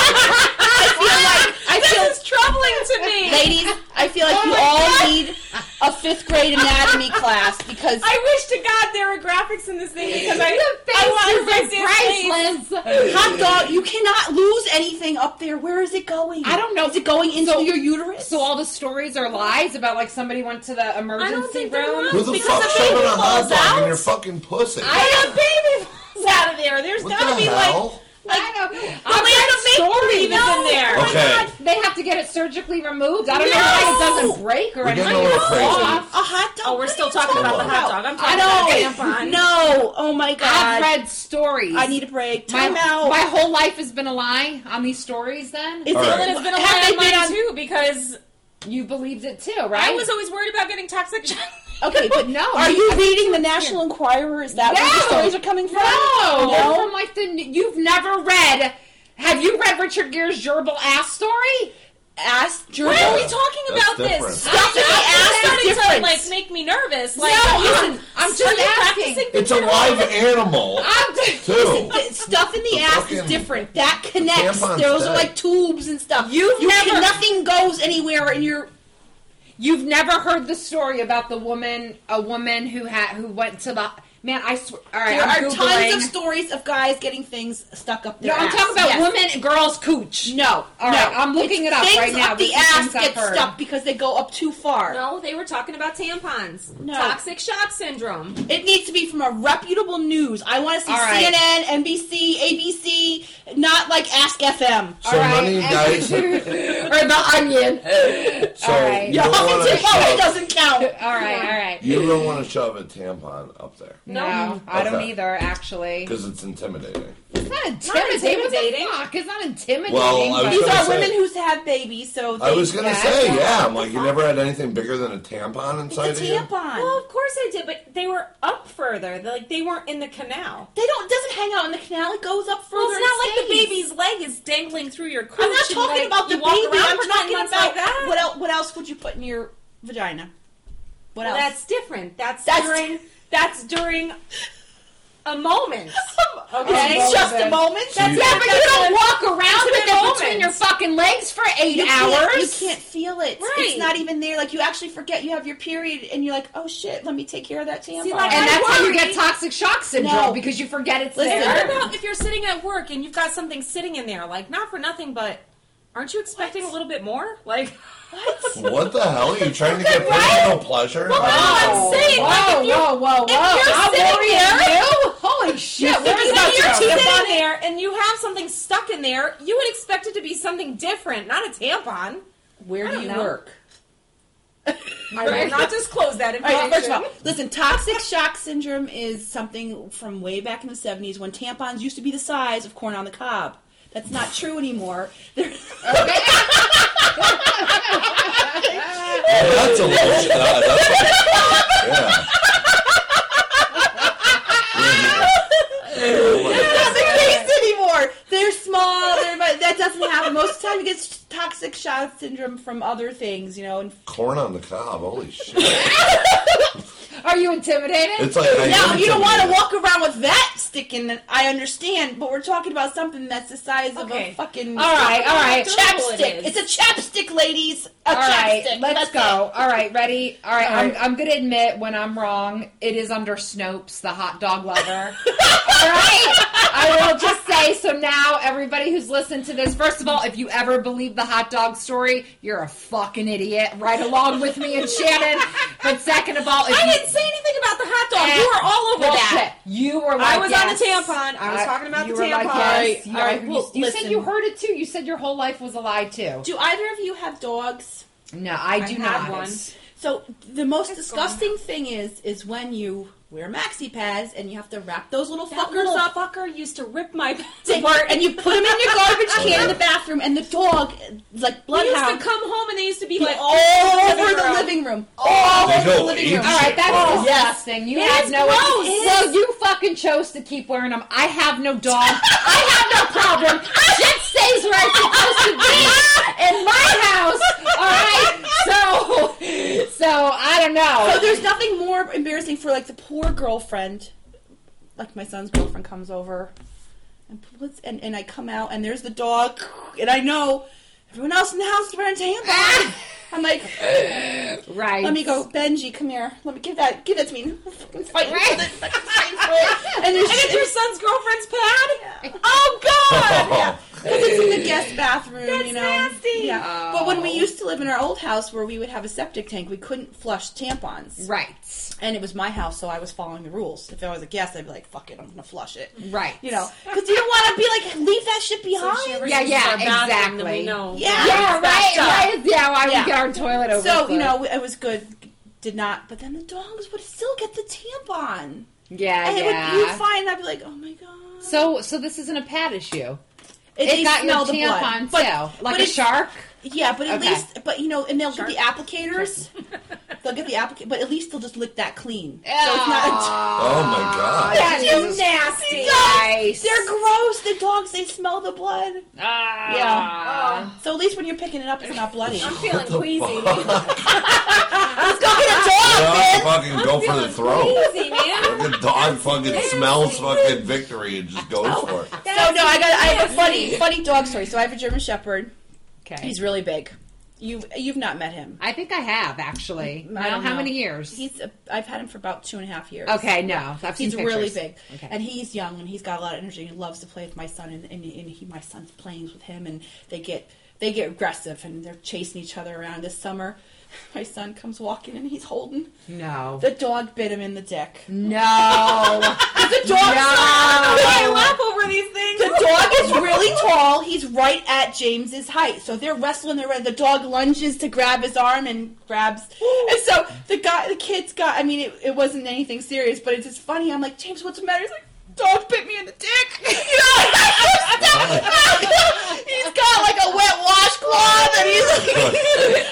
Speaker 4: I feel
Speaker 3: It's troubling to me.
Speaker 4: Ladies, I feel like
Speaker 3: Oh
Speaker 4: you
Speaker 3: my
Speaker 4: all
Speaker 3: God.
Speaker 4: need a fifth grade anatomy class because
Speaker 3: I wish to God there were graphics in this thing because I,
Speaker 1: The
Speaker 3: I
Speaker 1: faces
Speaker 3: want
Speaker 1: are
Speaker 3: everybody to see his face.
Speaker 1: is.
Speaker 4: Hot dog, you cannot lose anything up there. Where is it going?
Speaker 1: I don't know.
Speaker 4: Is it going into
Speaker 1: So-
Speaker 4: your uterus?
Speaker 1: So all the stories are lies about like somebody went to the emergency
Speaker 3: think they're
Speaker 1: room.
Speaker 3: lies.
Speaker 2: Who the
Speaker 3: Because
Speaker 2: fuck
Speaker 3: the
Speaker 2: shoving
Speaker 3: baby
Speaker 2: a hot
Speaker 3: falls
Speaker 2: dog in
Speaker 3: out?
Speaker 2: your fucking pussy?
Speaker 3: I got baby falls out of there. There's
Speaker 2: what
Speaker 3: gotta
Speaker 2: the
Speaker 3: be
Speaker 2: hell?
Speaker 3: like, like I don't know.
Speaker 1: I've read stories.
Speaker 3: story that's in there.
Speaker 1: Oh my
Speaker 2: Okay.
Speaker 1: God, They have to get it surgically removed. I don't know
Speaker 3: No!
Speaker 1: why it doesn't break or
Speaker 2: We're getting
Speaker 1: anything.
Speaker 2: a little crazy.
Speaker 4: a
Speaker 1: Off.
Speaker 4: hot dog.
Speaker 3: Oh, we're
Speaker 4: What
Speaker 3: still
Speaker 4: are you
Speaker 3: talking about the hot dog. I'm talking about
Speaker 4: I
Speaker 3: the tampon.
Speaker 4: No. Oh my god.
Speaker 1: I've read stories.
Speaker 4: I need a break.
Speaker 1: my,
Speaker 4: Time out.
Speaker 1: my whole life has been a lie on these stories. Then
Speaker 4: Is
Speaker 2: All
Speaker 4: it-
Speaker 2: right.
Speaker 3: Well, it's been a
Speaker 4: have
Speaker 3: lie
Speaker 4: they
Speaker 3: on
Speaker 4: been
Speaker 3: mine
Speaker 4: on-
Speaker 3: too because
Speaker 1: you believed it too, right?
Speaker 3: I was always worried about getting toxic shock.
Speaker 4: Okay, but
Speaker 1: No,
Speaker 4: Are
Speaker 1: you-
Speaker 4: you
Speaker 1: I think
Speaker 4: reading the
Speaker 1: you're-
Speaker 4: National Enquirer? Is that where the
Speaker 1: No!
Speaker 4: stories are coming from?
Speaker 1: no,
Speaker 4: No?
Speaker 1: They're from like the you've never read. Have you read Richard Gere's gerbil ass story?
Speaker 4: Ass
Speaker 3: Why are we
Speaker 4: journal.
Speaker 2: Yeah,
Speaker 3: talking
Speaker 2: that's
Speaker 3: about
Speaker 2: different.
Speaker 3: this?
Speaker 2: Stop
Speaker 3: I'm
Speaker 4: it, ask the
Speaker 3: starting
Speaker 4: difference.
Speaker 3: to like make me nervous. Like,
Speaker 1: No,
Speaker 3: listen,
Speaker 1: I'm- I'm
Speaker 3: are
Speaker 1: just
Speaker 3: you
Speaker 1: asking.
Speaker 3: practicing
Speaker 2: It's a live animal,
Speaker 1: I'm just-
Speaker 2: too.
Speaker 4: The Stuff in the,
Speaker 2: The
Speaker 4: ass is
Speaker 2: fucking-
Speaker 4: different. That connects.
Speaker 2: tampon's
Speaker 4: Those are
Speaker 2: dead.
Speaker 4: like tubes and stuff.
Speaker 1: You've
Speaker 4: you
Speaker 1: never-
Speaker 4: Can, nothing goes anywhere in your.
Speaker 1: You've never heard the story about the woman, a woman who had who went to the man. I swear. All right,
Speaker 4: There
Speaker 1: I'm
Speaker 4: are
Speaker 1: Googling.
Speaker 4: tons of stories of guys getting things stuck up
Speaker 1: No,
Speaker 4: their
Speaker 1: I'm
Speaker 4: ass.
Speaker 1: talking about
Speaker 4: Yes.
Speaker 1: women and girls cooch.
Speaker 4: No,
Speaker 1: All
Speaker 4: no.
Speaker 1: right, I'm looking it up
Speaker 4: things
Speaker 1: right now.
Speaker 4: Up
Speaker 1: This
Speaker 4: the
Speaker 1: is
Speaker 4: ass
Speaker 1: things I've
Speaker 4: get
Speaker 1: heard.
Speaker 4: stuck because they go up too far.
Speaker 3: No, they were talking about tampons.
Speaker 4: No.
Speaker 3: Toxic shock syndrome.
Speaker 4: It needs to be from a reputable news. I want to see
Speaker 1: All right.
Speaker 4: CNN, NBC, ABC, not like Ask FM.
Speaker 2: So none of you guys.
Speaker 1: or the onion.
Speaker 2: So
Speaker 1: All right.
Speaker 2: you
Speaker 4: Yeah,
Speaker 2: don't want to
Speaker 4: Huffington Post
Speaker 2: shove.
Speaker 4: doesn't count.
Speaker 1: All right, all right.
Speaker 2: You don't want to shove a tampon up there
Speaker 1: No,
Speaker 3: No.
Speaker 1: I don't
Speaker 2: Okay.
Speaker 1: either. Actually,
Speaker 2: because it's intimidating.
Speaker 1: it's not intimidating. What the
Speaker 3: intimidating.
Speaker 1: fuck? It's not intimidating.
Speaker 2: Well, I
Speaker 1: but-
Speaker 2: was
Speaker 4: These
Speaker 2: gonna
Speaker 4: are
Speaker 2: say-
Speaker 4: women who's had babies, so they
Speaker 2: I was gonna
Speaker 1: Yeah,
Speaker 2: say,
Speaker 1: that's-
Speaker 2: yeah. I'm like, you never had anything bigger than a tampon
Speaker 4: it's
Speaker 2: inside of
Speaker 4: a
Speaker 2: you.
Speaker 4: tampon.
Speaker 3: Well, of course I did, but they were up further. They're like they weren't in the canal.
Speaker 4: they don't it doesn't hang out in the canal. It goes up further.
Speaker 3: Well, it's not like
Speaker 4: and
Speaker 3: the
Speaker 4: stays.
Speaker 3: baby's leg is dangling through your cooch.
Speaker 4: I'm not
Speaker 3: and,
Speaker 4: talking
Speaker 3: like,
Speaker 4: about the
Speaker 3: you
Speaker 4: baby.
Speaker 3: walk around
Speaker 4: I'm
Speaker 3: for nine
Speaker 4: talking
Speaker 3: months
Speaker 4: about
Speaker 3: like "Ah, that.
Speaker 4: what else? What else would you put in your vagina? What
Speaker 3: Well,
Speaker 4: else?
Speaker 3: that's different. That's,
Speaker 4: That's-
Speaker 3: during. That's during a moment.
Speaker 4: okay.
Speaker 3: Okay.
Speaker 4: It's just a moment.
Speaker 2: So you-
Speaker 1: yeah, but you
Speaker 3: That's
Speaker 1: don't
Speaker 3: an
Speaker 1: walk around with
Speaker 3: intimate
Speaker 1: it between
Speaker 3: moment.
Speaker 1: your fucking legs for eight
Speaker 4: you Can't, you
Speaker 1: hours.
Speaker 4: can't feel it. It's
Speaker 3: Right.
Speaker 4: not even there. Like you actually forget you have your period, and you're like, oh shit, let me take care of that tampon.
Speaker 3: like,
Speaker 1: and
Speaker 3: I
Speaker 1: that's how you
Speaker 3: worry.
Speaker 1: get toxic shock syndrome
Speaker 4: No.
Speaker 1: because you forget it's
Speaker 4: Listen,
Speaker 3: And What
Speaker 1: there.
Speaker 3: about if you're sitting at work and you've got something sitting in there? Like not for nothing, but aren't you expecting a little bit more? Like
Speaker 4: what?
Speaker 2: What the hell are you trying to get personal pleasure?
Speaker 3: that's what I'm saying,
Speaker 1: Whoa,
Speaker 3: like, if you-
Speaker 1: whoa, whoa, whoa!
Speaker 3: you're
Speaker 1: How
Speaker 3: sitting
Speaker 1: worried
Speaker 3: there-
Speaker 1: are you? Holy shit!
Speaker 4: You're
Speaker 1: where
Speaker 4: thinking
Speaker 1: is
Speaker 4: about
Speaker 1: that
Speaker 4: your
Speaker 1: from?
Speaker 4: teeth.
Speaker 3: sitting
Speaker 4: Tampon?
Speaker 3: in there and you have something stuck in there, you would expect it to be something different, not a tampon.
Speaker 4: Where
Speaker 3: I
Speaker 4: do
Speaker 3: don't
Speaker 4: you
Speaker 3: know.
Speaker 4: work?
Speaker 3: I will not disclose that
Speaker 4: All right,
Speaker 3: information.
Speaker 4: first of all, listen, toxic shock syndrome is something from way back in the 70s when tampons used to be the size of corn on the cob. That's not true anymore. They're-
Speaker 2: Oh, that's a little shit. That's yeah.
Speaker 4: That's not the case anymore. They're small. They're, but that doesn't happen. Most of the time, it gets toxic shock syndrome from other things, you know. And
Speaker 2: Corn on the cob. Holy shit.
Speaker 1: Are you intimidated?
Speaker 2: It's like I
Speaker 4: now,
Speaker 2: am
Speaker 4: you don't want to
Speaker 2: intimidated.
Speaker 4: walk around with that sticking. I understand, but we're talking about something that's the size of
Speaker 3: Okay.
Speaker 4: a fucking
Speaker 1: all right, all right.
Speaker 3: Don't-
Speaker 4: chapstick.
Speaker 3: It is.
Speaker 4: it's a chapstick, ladies. A
Speaker 1: All right,
Speaker 4: chapstick.
Speaker 1: let's
Speaker 4: That's
Speaker 1: go.
Speaker 4: it.
Speaker 1: All right, ready? All right,
Speaker 4: All
Speaker 1: I'm,
Speaker 4: right.
Speaker 1: I'm going to admit when I'm wrong, it is under Snopes, the hot dog lover. all right, I will just say so now, everybody who's listened to this, first of all, if you ever believe the hot dog story, you're a fucking idiot, right along with me and Shannon. But second of all, if
Speaker 3: I
Speaker 1: you,
Speaker 3: didn't say anything about the hot dog. You were all over
Speaker 1: Bullshit.
Speaker 3: that.
Speaker 1: You were like,
Speaker 3: I was on
Speaker 1: yes. Uh,
Speaker 3: the tampon. I was talking about
Speaker 1: you
Speaker 3: the
Speaker 1: were like,
Speaker 3: tampon.
Speaker 1: yes. You,
Speaker 4: All right,
Speaker 1: you-
Speaker 4: well,
Speaker 1: you said
Speaker 4: listen.
Speaker 1: you heard it too. You said your whole life was a lie too.
Speaker 4: Do either of you have dogs?
Speaker 1: No, I
Speaker 3: I
Speaker 1: do
Speaker 3: had
Speaker 1: not.
Speaker 3: one.
Speaker 4: So the most
Speaker 3: It's
Speaker 4: disgusting thing is is when you wear maxi pads and you have to wrap those little
Speaker 3: That
Speaker 4: fuckers
Speaker 3: little
Speaker 4: up
Speaker 3: fucker used to rip my
Speaker 4: to work, and you put them in your garbage can in the bathroom, and the dog, like
Speaker 3: They used to
Speaker 4: bloodhound,
Speaker 3: come home and they used to be
Speaker 4: be
Speaker 3: like "Oh,
Speaker 4: all over the Oh,
Speaker 3: room.
Speaker 4: living room, all
Speaker 2: They
Speaker 4: over the
Speaker 2: go
Speaker 4: living
Speaker 2: ape
Speaker 4: room.
Speaker 2: shit.
Speaker 1: All right, that's
Speaker 2: Oh,
Speaker 1: disgusting. You
Speaker 3: It
Speaker 1: had
Speaker 3: is
Speaker 1: no.
Speaker 3: gross.
Speaker 1: Well, you fucking chose to keep wearing them. I have no dog. I have no problem. Shit stays where it's supposed to be in my house. All right, so so I don't
Speaker 4: So
Speaker 1: know.
Speaker 4: there's nothing more embarrassing for like the poor girlfriend, like my son's girlfriend comes over, and puts, and, and I come out, and there's the dog, and I know everyone else in the house is wearing tampons. I'm like.
Speaker 1: Right.
Speaker 4: Let me go, Benji. Come here. Let me give that. Give that to me. I'm fucking fighting for
Speaker 1: Right.
Speaker 4: it. Fucking fighting for it. And there's
Speaker 3: And it's your son's girlfriend's pad?
Speaker 2: Oh,
Speaker 4: Because it's in the guest bathroom,
Speaker 3: That's
Speaker 4: you know.
Speaker 3: nasty.
Speaker 4: Yeah. But when we used to live in our old house where we would have a septic tank, we couldn't flush tampons.
Speaker 1: Right.
Speaker 4: And it was my house, so I was following the rules. If I was a guest, I'd be like, "Fuck it, I'm gonna flush it."
Speaker 1: Right.
Speaker 4: You know, because you don't want to be like, leave that shit behind.
Speaker 3: If she ever
Speaker 1: Yeah,
Speaker 3: uses
Speaker 1: yeah,
Speaker 3: our bathroom, then we
Speaker 1: exactly.
Speaker 3: know.
Speaker 4: Yeah.
Speaker 1: Yeah, right.
Speaker 4: That's up.
Speaker 1: right. Yeah, why
Speaker 4: Yeah.
Speaker 1: we get our toilet over?
Speaker 4: so you know, it was good. Did not, but then the dogs would still get the tampon,
Speaker 1: yeah,
Speaker 4: and
Speaker 1: yeah.
Speaker 4: it would you find. I'd be like, "Oh my god!"
Speaker 1: so, so this isn't a pad issue.
Speaker 4: It,
Speaker 1: It
Speaker 4: they
Speaker 1: got your
Speaker 4: smell the blood.
Speaker 1: tampon
Speaker 4: But-
Speaker 1: too, like
Speaker 4: but
Speaker 1: a
Speaker 4: it's-
Speaker 1: shark.
Speaker 4: Yeah, but at
Speaker 1: Okay.
Speaker 4: least, but you know, and they'll get the applicators. they'll get the applic, but at least they'll just lick that clean. So it's not. A
Speaker 2: oh my god.
Speaker 1: That is
Speaker 3: nasty.
Speaker 1: nice.
Speaker 4: They're gross. The dogs. They smell the blood.
Speaker 1: Ah.
Speaker 4: Yeah. So at least when you're picking it up, it's not bloody.
Speaker 3: I'm feeling
Speaker 2: the
Speaker 3: queasy.
Speaker 4: Let's go get a dog,
Speaker 2: Dog
Speaker 4: man.
Speaker 2: fucking go for the throat.
Speaker 3: queasy, man.
Speaker 2: The dog fucking smells fucking victory and just goes
Speaker 1: Oh.
Speaker 2: for it.
Speaker 4: So no, I got. I have a funny, funny dog story. So I have a German Shepherd.
Speaker 1: Okay.
Speaker 4: He's really big. You have you've not met him.
Speaker 1: I think I have actually.
Speaker 4: I
Speaker 1: Now,
Speaker 4: don't
Speaker 1: how
Speaker 4: know.
Speaker 1: many years?
Speaker 4: He's. A, I've had him for about two and a half years.
Speaker 1: okay, no, I've seen
Speaker 4: He's really
Speaker 1: pictures.
Speaker 4: big,
Speaker 1: Okay.
Speaker 4: and he's young, and he's got a lot of energy. He loves to play with my son, and, and, and he, my son's playing with him, and they get they get aggressive, and they're chasing each other around. This summer, my son comes walking, and he's holding
Speaker 1: No,
Speaker 4: the dog bit him in the dick.
Speaker 1: no,
Speaker 4: The dog,
Speaker 3: I
Speaker 1: no.
Speaker 3: laugh over these things.
Speaker 4: the dog is really tall. He's right at James's height, so they're wrestling. They're the dog lunges to grab his arm and grabs, and so the guy, the kid's got. I mean, it, it wasn't anything serious, but it's just funny. I'm like, James, what's the matter? He's like. Dog bit me in the dick. You know, he's got like a wet washcloth, and he's like,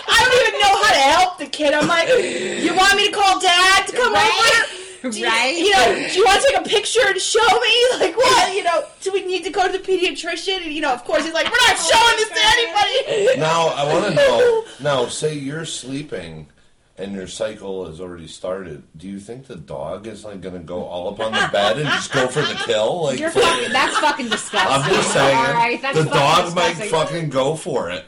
Speaker 4: I don't even know how to help the kid. I'm like, you want me to call dad to come over? Do you-
Speaker 1: Right?
Speaker 4: You know, do you want to take a picture and show me? Like, what? You know, do we need to go to the pediatrician? And, you know, of course, he's like, we're not showing this to anybody.
Speaker 2: Now I want to know. Now, say you're sleeping and your cycle has already started. Do you think the dog is like going to go all up on the bed and just go for the kill? Like,
Speaker 1: You're
Speaker 2: for-
Speaker 1: fucking. That's fucking disgusting.
Speaker 2: I'm just saying,
Speaker 1: All right, that's
Speaker 2: the
Speaker 1: fucking
Speaker 2: dog might
Speaker 1: disgusting.
Speaker 2: fucking go for it.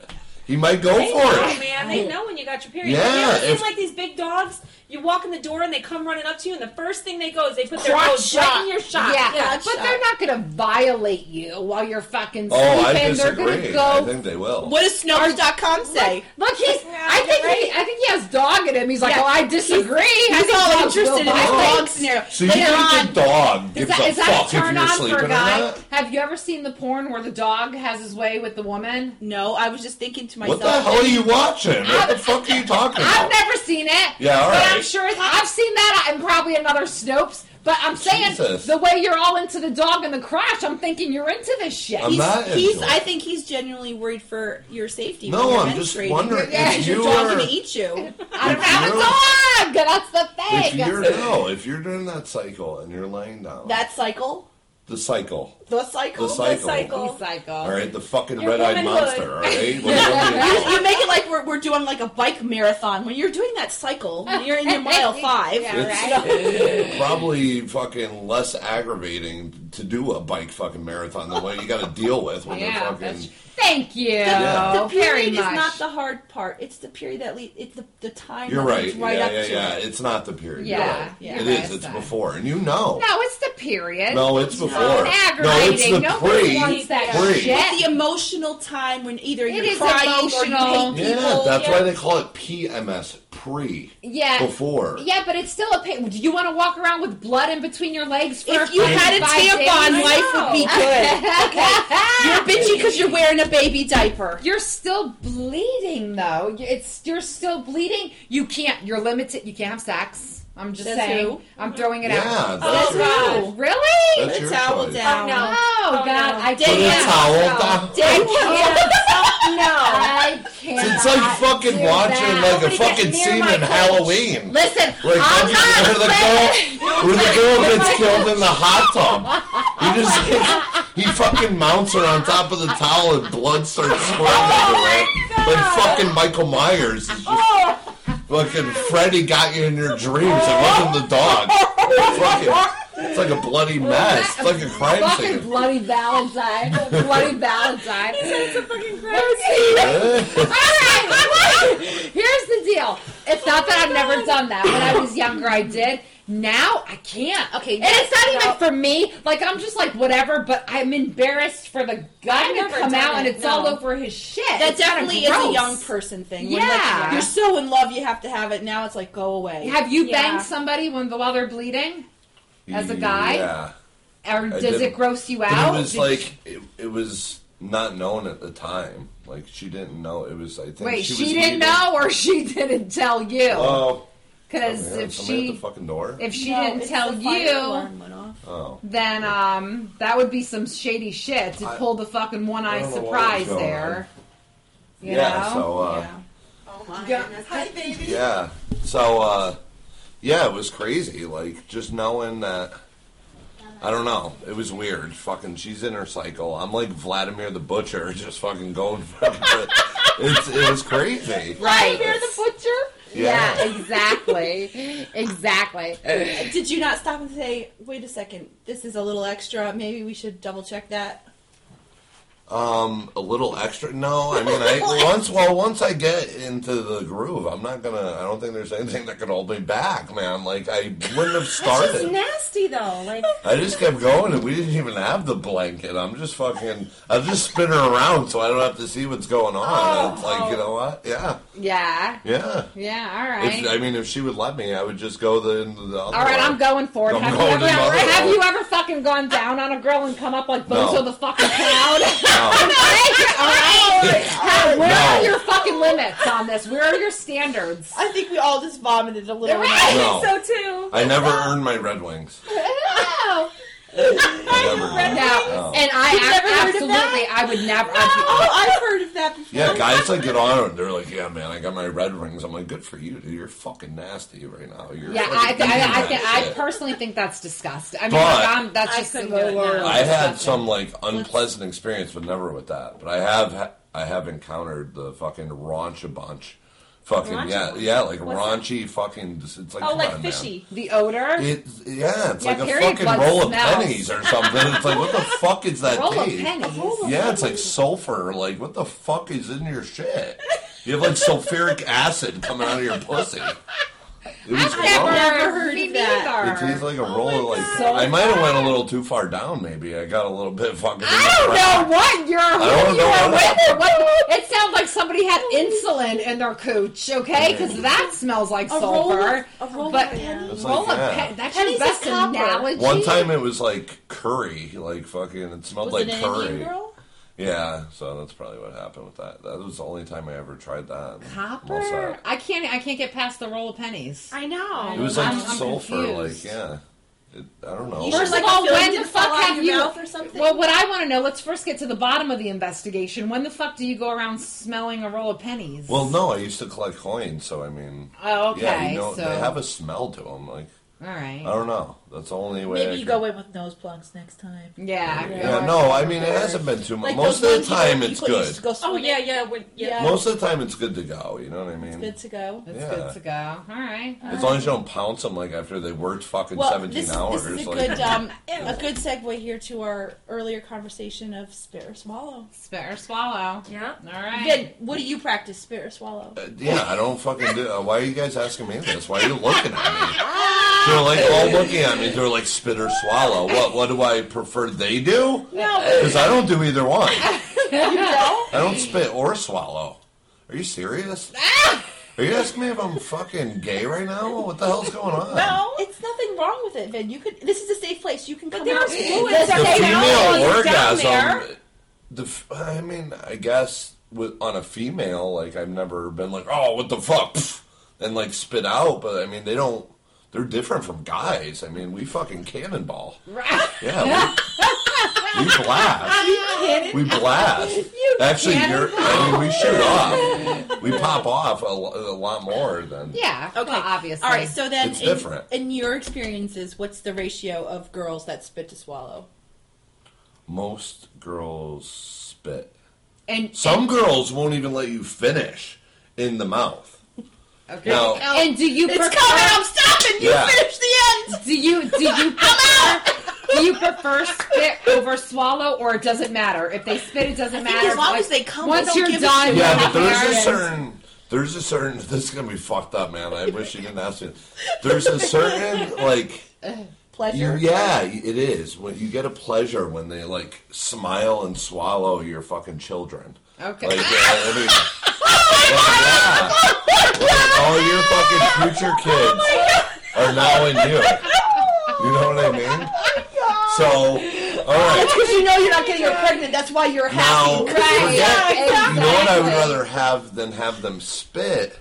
Speaker 2: He might go
Speaker 3: They
Speaker 2: for
Speaker 3: know,
Speaker 2: it.
Speaker 3: man. They know when you got your period.
Speaker 2: Yeah,
Speaker 3: you ever seen
Speaker 2: if-
Speaker 3: like these big dogs? You walk in the door and they come running up to you, and the first thing they go is they put their
Speaker 4: Crotch
Speaker 3: nose right
Speaker 4: shot.
Speaker 3: in your shot.
Speaker 1: Yeah,
Speaker 4: Yeah,
Speaker 1: but
Speaker 4: shut
Speaker 1: they're
Speaker 4: up.
Speaker 1: not going to violate you while you're fucking sleeping.
Speaker 2: Oh, I
Speaker 1: they're going
Speaker 2: disagree.
Speaker 1: to
Speaker 2: I
Speaker 1: go.
Speaker 2: think they will.
Speaker 4: What does Snopes.com say?
Speaker 1: Look, he's. I
Speaker 3: Yeah,
Speaker 1: think
Speaker 3: right.
Speaker 1: he. I think he has dog in him. He's like,
Speaker 4: Yeah.
Speaker 1: oh, I disagree. I
Speaker 4: He's
Speaker 1: think
Speaker 4: all
Speaker 1: dogs will
Speaker 4: interested in this
Speaker 1: violate.
Speaker 4: dog scenario.
Speaker 2: So you
Speaker 4: Later
Speaker 2: think the
Speaker 4: on,
Speaker 2: dog
Speaker 1: Is
Speaker 2: gives
Speaker 1: that,
Speaker 2: a
Speaker 1: is that
Speaker 2: fuck
Speaker 1: a
Speaker 2: if
Speaker 1: turn
Speaker 2: you're
Speaker 1: on
Speaker 2: sleeping
Speaker 1: for
Speaker 2: or
Speaker 1: a guy?
Speaker 2: not?
Speaker 1: Have you ever seen the porn where the dog has his way with the woman?
Speaker 4: no, I was just thinking to myself.
Speaker 2: What the hell are you watching? What the fuck are you talking
Speaker 1: I've
Speaker 2: about?
Speaker 1: never seen it.
Speaker 2: Yeah, all
Speaker 1: But I'm
Speaker 2: right.
Speaker 1: sure I've seen that and probably another Snopes. But I'm saying
Speaker 2: Jesus.
Speaker 1: the way you're all into the dog and the crotch, I'm thinking you're into this shit.
Speaker 2: I'm
Speaker 4: He's,
Speaker 2: not
Speaker 4: he's,
Speaker 2: into it.
Speaker 4: I think he's genuinely worried for your safety.
Speaker 2: No,
Speaker 4: when you're
Speaker 2: I'm just
Speaker 4: menstruating.
Speaker 2: wondering
Speaker 1: Yeah,
Speaker 4: Is
Speaker 2: if
Speaker 4: your
Speaker 2: you
Speaker 4: dog
Speaker 2: are.
Speaker 4: gonna eat you?
Speaker 1: I don't have a
Speaker 2: you're-
Speaker 1: dog. That's the
Speaker 2: If
Speaker 1: thing.
Speaker 2: you're no, if you're doing that cycle and you're laying down,
Speaker 4: That cycle,
Speaker 2: the cycle,
Speaker 4: the cycle,
Speaker 2: The cycle.
Speaker 1: He's psycho.
Speaker 2: all right, the fucking
Speaker 3: Your
Speaker 2: red-eyed
Speaker 3: womanhood.
Speaker 2: monster, all right. What are you
Speaker 4: You make it like we're, we're doing like a bike marathon. When you're doing that cycle, when you're in your mile five,
Speaker 1: Yeah,
Speaker 4: you
Speaker 1: right.
Speaker 4: know,
Speaker 2: doing? Probably fucking less aggravating to do a bike fucking marathon than what you got to deal with when
Speaker 1: Yeah,
Speaker 2: you're
Speaker 1: that's-
Speaker 2: fucking.
Speaker 1: Thank you.
Speaker 2: Yeah.
Speaker 4: the
Speaker 1: Very
Speaker 4: period is
Speaker 1: much.
Speaker 4: not the hard part. It's the period that leads. It's the, the time.
Speaker 2: You're
Speaker 4: that
Speaker 2: right.
Speaker 4: leads right
Speaker 2: yeah,
Speaker 4: up
Speaker 2: yeah,
Speaker 4: to
Speaker 2: yeah.
Speaker 4: it.
Speaker 2: It's not the period.
Speaker 1: Yeah,
Speaker 4: yeah.
Speaker 2: you're right. It
Speaker 1: You're
Speaker 2: is.
Speaker 1: right,
Speaker 2: It's
Speaker 1: son.
Speaker 2: before, and you know.
Speaker 1: no, it's the period.
Speaker 2: No, it's before. No, it's
Speaker 1: aggravating.
Speaker 2: the
Speaker 1: Nobody
Speaker 2: pre.
Speaker 1: wants that
Speaker 2: pre.
Speaker 1: shit.
Speaker 4: It's the emotional time when either you're
Speaker 1: is
Speaker 4: crying
Speaker 1: emotional.
Speaker 4: or you hate
Speaker 2: Yeah,
Speaker 4: people.
Speaker 2: that's
Speaker 3: yeah.
Speaker 2: why they call it PMS, pre.
Speaker 1: Yeah.
Speaker 2: Before.
Speaker 1: Yeah, but it's still a pain. Do you want to walk around with blood in between your legs for
Speaker 4: If you had a tampon,
Speaker 3: days.
Speaker 4: life would be good. You're
Speaker 1: okay.
Speaker 4: bitchy because you're wearing a baby diaper.
Speaker 1: You're still bleeding though. It's you're still bleeding. You can't. You're limited. You can't have sex. I'm just
Speaker 4: That's
Speaker 1: saying.
Speaker 4: who?
Speaker 1: I'm throwing it
Speaker 2: Yeah,
Speaker 1: out.
Speaker 2: that's
Speaker 3: Oh, God.
Speaker 2: your,
Speaker 1: Oh, really?
Speaker 2: that's
Speaker 4: The
Speaker 2: your
Speaker 4: towel
Speaker 2: choice.
Speaker 4: down.
Speaker 3: Oh, no.
Speaker 1: Oh,
Speaker 3: Oh,
Speaker 1: God,
Speaker 3: no.
Speaker 1: I
Speaker 4: Put
Speaker 2: Put a
Speaker 1: can't.
Speaker 2: towel
Speaker 3: No.
Speaker 2: down.
Speaker 4: Damn.
Speaker 3: no.
Speaker 1: I can't.
Speaker 2: It's like fucking watching like a
Speaker 3: Nobody gets
Speaker 2: fucking
Speaker 3: near
Speaker 2: scene
Speaker 3: my
Speaker 2: in
Speaker 3: cage.
Speaker 2: Halloween.
Speaker 1: Listen,
Speaker 2: Like
Speaker 1: I'm
Speaker 2: where
Speaker 1: not
Speaker 2: the
Speaker 1: saying-
Speaker 2: girl, where the girl gets killed in the hot tub. He just he fucking mounts her on top of the towel and blood starts swirling
Speaker 1: Oh
Speaker 2: everywhere. Like fucking Michael Myers. It's just,
Speaker 1: Oh.
Speaker 2: fucking Freddy got you in your dreams. It wasn't the dog. Fucking, it's like a bloody mess. It's like a crime
Speaker 1: Fucking
Speaker 2: scene.
Speaker 1: bloody Valentine. bloody Valentine.
Speaker 3: Fucking
Speaker 2: Eh.
Speaker 1: All right, here's the deal. It's not that I've never done that. When I was younger, I did. Now I can't.
Speaker 4: Okay,
Speaker 1: and it's not
Speaker 4: no.
Speaker 1: even for me. Like I'm just like whatever. But I'm embarrassed for the guy
Speaker 3: I've
Speaker 1: to
Speaker 3: never
Speaker 1: come
Speaker 3: done
Speaker 1: out and
Speaker 3: it,
Speaker 1: it's all
Speaker 3: no.
Speaker 1: over his shit.
Speaker 4: That
Speaker 1: It's kinda
Speaker 4: definitely is a
Speaker 1: gross.
Speaker 4: young person thing. when,
Speaker 1: Yeah.
Speaker 4: like, you're so in love, you have to have it. Now it's like, go away.
Speaker 1: Have you
Speaker 3: Yeah.
Speaker 1: banged somebody when while they're bleeding, As a guy?
Speaker 2: Yeah.
Speaker 1: or
Speaker 2: I
Speaker 1: does
Speaker 2: did.
Speaker 1: it gross you
Speaker 2: But
Speaker 1: out?
Speaker 2: it was
Speaker 1: Did-
Speaker 2: like it, it was not known at the time. Like she didn't know. It was I think
Speaker 1: Wait,
Speaker 2: she,
Speaker 1: she,
Speaker 2: was
Speaker 1: didn't
Speaker 2: leaving.
Speaker 1: know, or she didn't tell you?
Speaker 2: Oh,
Speaker 1: Because
Speaker 2: somebody-
Speaker 1: if
Speaker 2: somebody at
Speaker 1: she
Speaker 2: the fucking door.
Speaker 1: if she
Speaker 4: No,
Speaker 1: didn't
Speaker 4: it's
Speaker 1: tell
Speaker 4: the fire
Speaker 1: you,
Speaker 4: alarm went off.
Speaker 2: Oh,
Speaker 1: then um that would be some shady shit to
Speaker 2: I-
Speaker 1: pull the fucking one
Speaker 2: I
Speaker 1: eye
Speaker 2: don't know what
Speaker 1: surprise
Speaker 2: was going
Speaker 1: there. You know?
Speaker 2: yeah. So uh,
Speaker 4: Oh my
Speaker 1: Yeah.
Speaker 4: goodness.
Speaker 5: Hi, baby.
Speaker 2: yeah, so uh, yeah, it was crazy. Like just knowing that. I don't know. It was weird. Fucking, she's in her cycle. I'm like Vladimir the Butcher, just fucking going. For it. It's, it was crazy.
Speaker 1: Right.
Speaker 4: Fear the butcher.
Speaker 1: Yeah,
Speaker 2: Yeah.
Speaker 1: exactly. exactly.
Speaker 4: Did you not stop and say, wait a second, this is a little extra. Maybe we should double check that.
Speaker 2: Um, a little extra. No, I mean, I once well, once I get into the groove, I'm not gonna. I don't think there's anything that could hold me back, man. Like I wouldn't have
Speaker 3: It's
Speaker 2: started.
Speaker 3: nasty though. Like
Speaker 2: I just kept going, and we didn't even have the blanket. I'm just fucking. I just spin her around so I don't have to see what's going on. it's like you know what? Yeah,
Speaker 1: Yeah.
Speaker 2: yeah.
Speaker 1: Yeah, all right.
Speaker 2: If, I mean, if she would let me, I would just go the. the other
Speaker 1: all right,
Speaker 2: way.
Speaker 1: I'm going for it.
Speaker 2: I'm
Speaker 1: Have you,
Speaker 2: going
Speaker 1: ever,
Speaker 2: another
Speaker 1: have
Speaker 2: way.
Speaker 1: you ever fucking gone down on a girl and come up like
Speaker 2: No.
Speaker 1: Bozo the fucking clown?
Speaker 2: No.
Speaker 1: all right. How- where are
Speaker 2: No.
Speaker 1: your fucking limits on this? Where are your standards?
Speaker 4: I think we all just vomited a little.
Speaker 1: Right.
Speaker 2: No.
Speaker 3: so too.
Speaker 2: I never earned my Red Wings.
Speaker 1: No.
Speaker 2: I never earned them.
Speaker 1: No, and I
Speaker 4: never
Speaker 1: ab-
Speaker 4: heard of that?
Speaker 1: absolutely, I would never.
Speaker 4: Oh,
Speaker 1: I'd
Speaker 4: I've heard of that before.
Speaker 2: Yeah, guys like get on and they're like, "Yeah, man, I got my red rings." I'm like, "Good for you, dude. You're fucking nasty right now." You're
Speaker 1: be- yeah,
Speaker 2: fucking
Speaker 1: I, I,
Speaker 2: eating
Speaker 1: I,
Speaker 2: that
Speaker 1: think, I
Speaker 2: shit."
Speaker 1: personally think that's disgusting. I mean,
Speaker 2: But-
Speaker 1: like, I'm, that's
Speaker 3: I
Speaker 1: just the
Speaker 3: couldn't do it
Speaker 1: word.
Speaker 3: now.
Speaker 2: I had
Speaker 1: disgusting.
Speaker 2: some like unpleasant experience, but never with that. But I have, ha- I have encountered the fucking raunch a bunch, fucking yeah,
Speaker 3: Raunch-a-bunch?
Speaker 2: yeah, like
Speaker 3: What's
Speaker 2: raunchy fucking. just- It's like
Speaker 3: Oh,
Speaker 2: come
Speaker 3: like
Speaker 2: on, man.
Speaker 3: fishy.
Speaker 1: The odor.
Speaker 2: It, yeah, it's
Speaker 1: Yeah,
Speaker 2: like a
Speaker 1: period
Speaker 2: fucking
Speaker 1: blood
Speaker 2: roll of
Speaker 1: smells.
Speaker 2: pennies or something. It's like, what the fuck is that
Speaker 1: roll of
Speaker 2: taste?
Speaker 1: pennies.
Speaker 2: Yeah, it's like sulfur. Like, what the fuck is in your shit? You have like sulfuric acid coming out of your pussy. It was
Speaker 1: Never
Speaker 2: gross.
Speaker 1: heard
Speaker 4: Me
Speaker 1: of that.
Speaker 2: It tastes like a roll of like.
Speaker 1: God.
Speaker 2: I might have went a little too far down. Maybe I got a little bit fucking.
Speaker 1: I don't know what you're
Speaker 2: don't
Speaker 1: who you
Speaker 2: know
Speaker 1: are
Speaker 2: what
Speaker 1: with or
Speaker 2: happened.
Speaker 1: what. It sounds like somebody had insulin in their cooch, okay? Because
Speaker 2: Yeah.
Speaker 1: that smells like
Speaker 4: A roll of-
Speaker 1: sulfur.
Speaker 4: a roll of
Speaker 1: but
Speaker 4: pennies.
Speaker 2: It's
Speaker 1: roll of
Speaker 2: like, yeah.
Speaker 1: pe- that's
Speaker 4: Pennies
Speaker 1: your best
Speaker 4: is copper.
Speaker 1: analogy.
Speaker 2: One time it was like curry, like fucking. It smelled
Speaker 4: Was it
Speaker 2: like
Speaker 4: an
Speaker 2: curry.
Speaker 4: Indian girl?
Speaker 2: Yeah, so that's probably what happened with that. That was the only time I ever tried that. I'm all
Speaker 1: copper.
Speaker 2: set.
Speaker 1: I can't. I can't get past the roll of pennies.
Speaker 3: I know.
Speaker 2: It was like
Speaker 1: I'm- I'm
Speaker 2: sulfur,
Speaker 1: confused.
Speaker 2: like yeah. It, I don't know.
Speaker 4: You
Speaker 1: First
Speaker 4: should,
Speaker 1: of all,
Speaker 4: a film
Speaker 1: "Oh, when
Speaker 4: didn't
Speaker 1: the fuck
Speaker 4: fall out
Speaker 1: have
Speaker 4: of your
Speaker 1: you-
Speaker 4: mouth or something?
Speaker 1: Well, what I want to know, let's first get to the bottom of the investigation. When the fuck do you go around smelling a roll of pennies?
Speaker 2: well, no, I used to collect coins, so I mean,
Speaker 1: oh, okay.
Speaker 2: yeah, you know,
Speaker 1: so,
Speaker 2: they have a smell to them. Like
Speaker 1: all right.
Speaker 2: I don't know. That's the only way. I
Speaker 5: Maybe you
Speaker 2: could-
Speaker 5: go in with nose plugs next time.
Speaker 1: yeah.
Speaker 2: Yeah, no, I mean it hasn't been too much.
Speaker 4: Like
Speaker 2: Most of
Speaker 4: those
Speaker 2: the
Speaker 4: ones you
Speaker 2: time,
Speaker 4: put- you
Speaker 2: it's
Speaker 4: put- you used
Speaker 2: good.
Speaker 4: to go
Speaker 3: Oh
Speaker 4: swing
Speaker 3: yeah,
Speaker 4: it.
Speaker 3: yeah, when, yeah.
Speaker 4: Yeah.
Speaker 2: Most of the time, it's good to go. You know what I mean?
Speaker 4: Good to go.
Speaker 1: It's
Speaker 2: Yeah.
Speaker 1: good to go. All right.
Speaker 2: As long as you don't pounce them like after they worked fucking
Speaker 4: Well,
Speaker 2: seventeen
Speaker 4: this,
Speaker 2: hours.
Speaker 4: this is a
Speaker 2: like,
Speaker 4: good um, a good segue here to our earlier conversation of spit or swallow.
Speaker 1: Spit or swallow.
Speaker 3: Yeah.
Speaker 1: All right.
Speaker 4: Vin, what do you practice? Spit or swallow?
Speaker 2: Uh, Yeah, I don't fucking do. uh, Why are you guys asking me this? Why are you looking at me? They're like all looking at me. They're like spit or swallow. What? What do I prefer they do?
Speaker 4: No,
Speaker 2: Because I don't do either one.
Speaker 4: you know.
Speaker 2: I don't spit or swallow. Are you serious?
Speaker 4: Ah!
Speaker 2: Are you asking me if I'm fucking gay right now? What the hell's going on?
Speaker 4: No, it's nothing wrong with it, Vin. You could. This is a safe place. You can come
Speaker 3: there
Speaker 4: out.
Speaker 3: was fluid
Speaker 4: This-
Speaker 2: the
Speaker 3: Okay, now
Speaker 2: female
Speaker 3: it was down
Speaker 2: orgasm.
Speaker 3: there.
Speaker 2: The, f- I mean, I guess with on a female, like I've never been like, oh, what the fuck, Pfft," and like spit out. But I mean, they don't. They're different from guys. I mean, we fucking cannonball.
Speaker 1: Right.
Speaker 2: Yeah. We, we blast. We blast. Actually, you're, I mean, we shoot off. We pop off a, lo- a lot more than.
Speaker 1: Yeah.
Speaker 4: Okay.
Speaker 1: Well, obviously.
Speaker 4: All right. So then,
Speaker 2: It's
Speaker 4: in,
Speaker 2: different.
Speaker 4: in your experiences, what's the ratio of girls that spit to swallow?
Speaker 2: Most girls spit.
Speaker 1: and
Speaker 2: Some girls won't even let you finish in the mouth.
Speaker 1: okay.
Speaker 2: No.
Speaker 1: And do you prefer?
Speaker 4: stopping.
Speaker 2: Yeah.
Speaker 4: the end.
Speaker 1: Do you do you prefer? do you prefer spit over swallow, or it doesn't matter if they spit? It doesn't
Speaker 4: think
Speaker 1: matter
Speaker 4: as long
Speaker 1: Like,
Speaker 4: as they come,
Speaker 1: once
Speaker 4: I don't
Speaker 1: you're
Speaker 4: give a
Speaker 1: done.
Speaker 4: shit.
Speaker 1: you're
Speaker 2: Yeah, but
Speaker 1: happy.
Speaker 2: there's a
Speaker 1: Yeah.
Speaker 2: certain There's a certain. This is gonna be fucked up, man. I wish you didn't ask me. There's a certain like.
Speaker 4: Pleasure.
Speaker 2: You, yeah, it is. When you get a pleasure when they like smile and swallow your fucking children.
Speaker 1: Okay.
Speaker 2: Like, uh, I mean, like, yeah. Like, all your fucking future kids are now in you. You know what I mean? So, all right.
Speaker 4: That's because you know you're not getting her pregnant. That's why you're
Speaker 2: Now,
Speaker 4: happy.
Speaker 2: forget-
Speaker 1: exactly.
Speaker 2: you know what I would rather have than have them spit?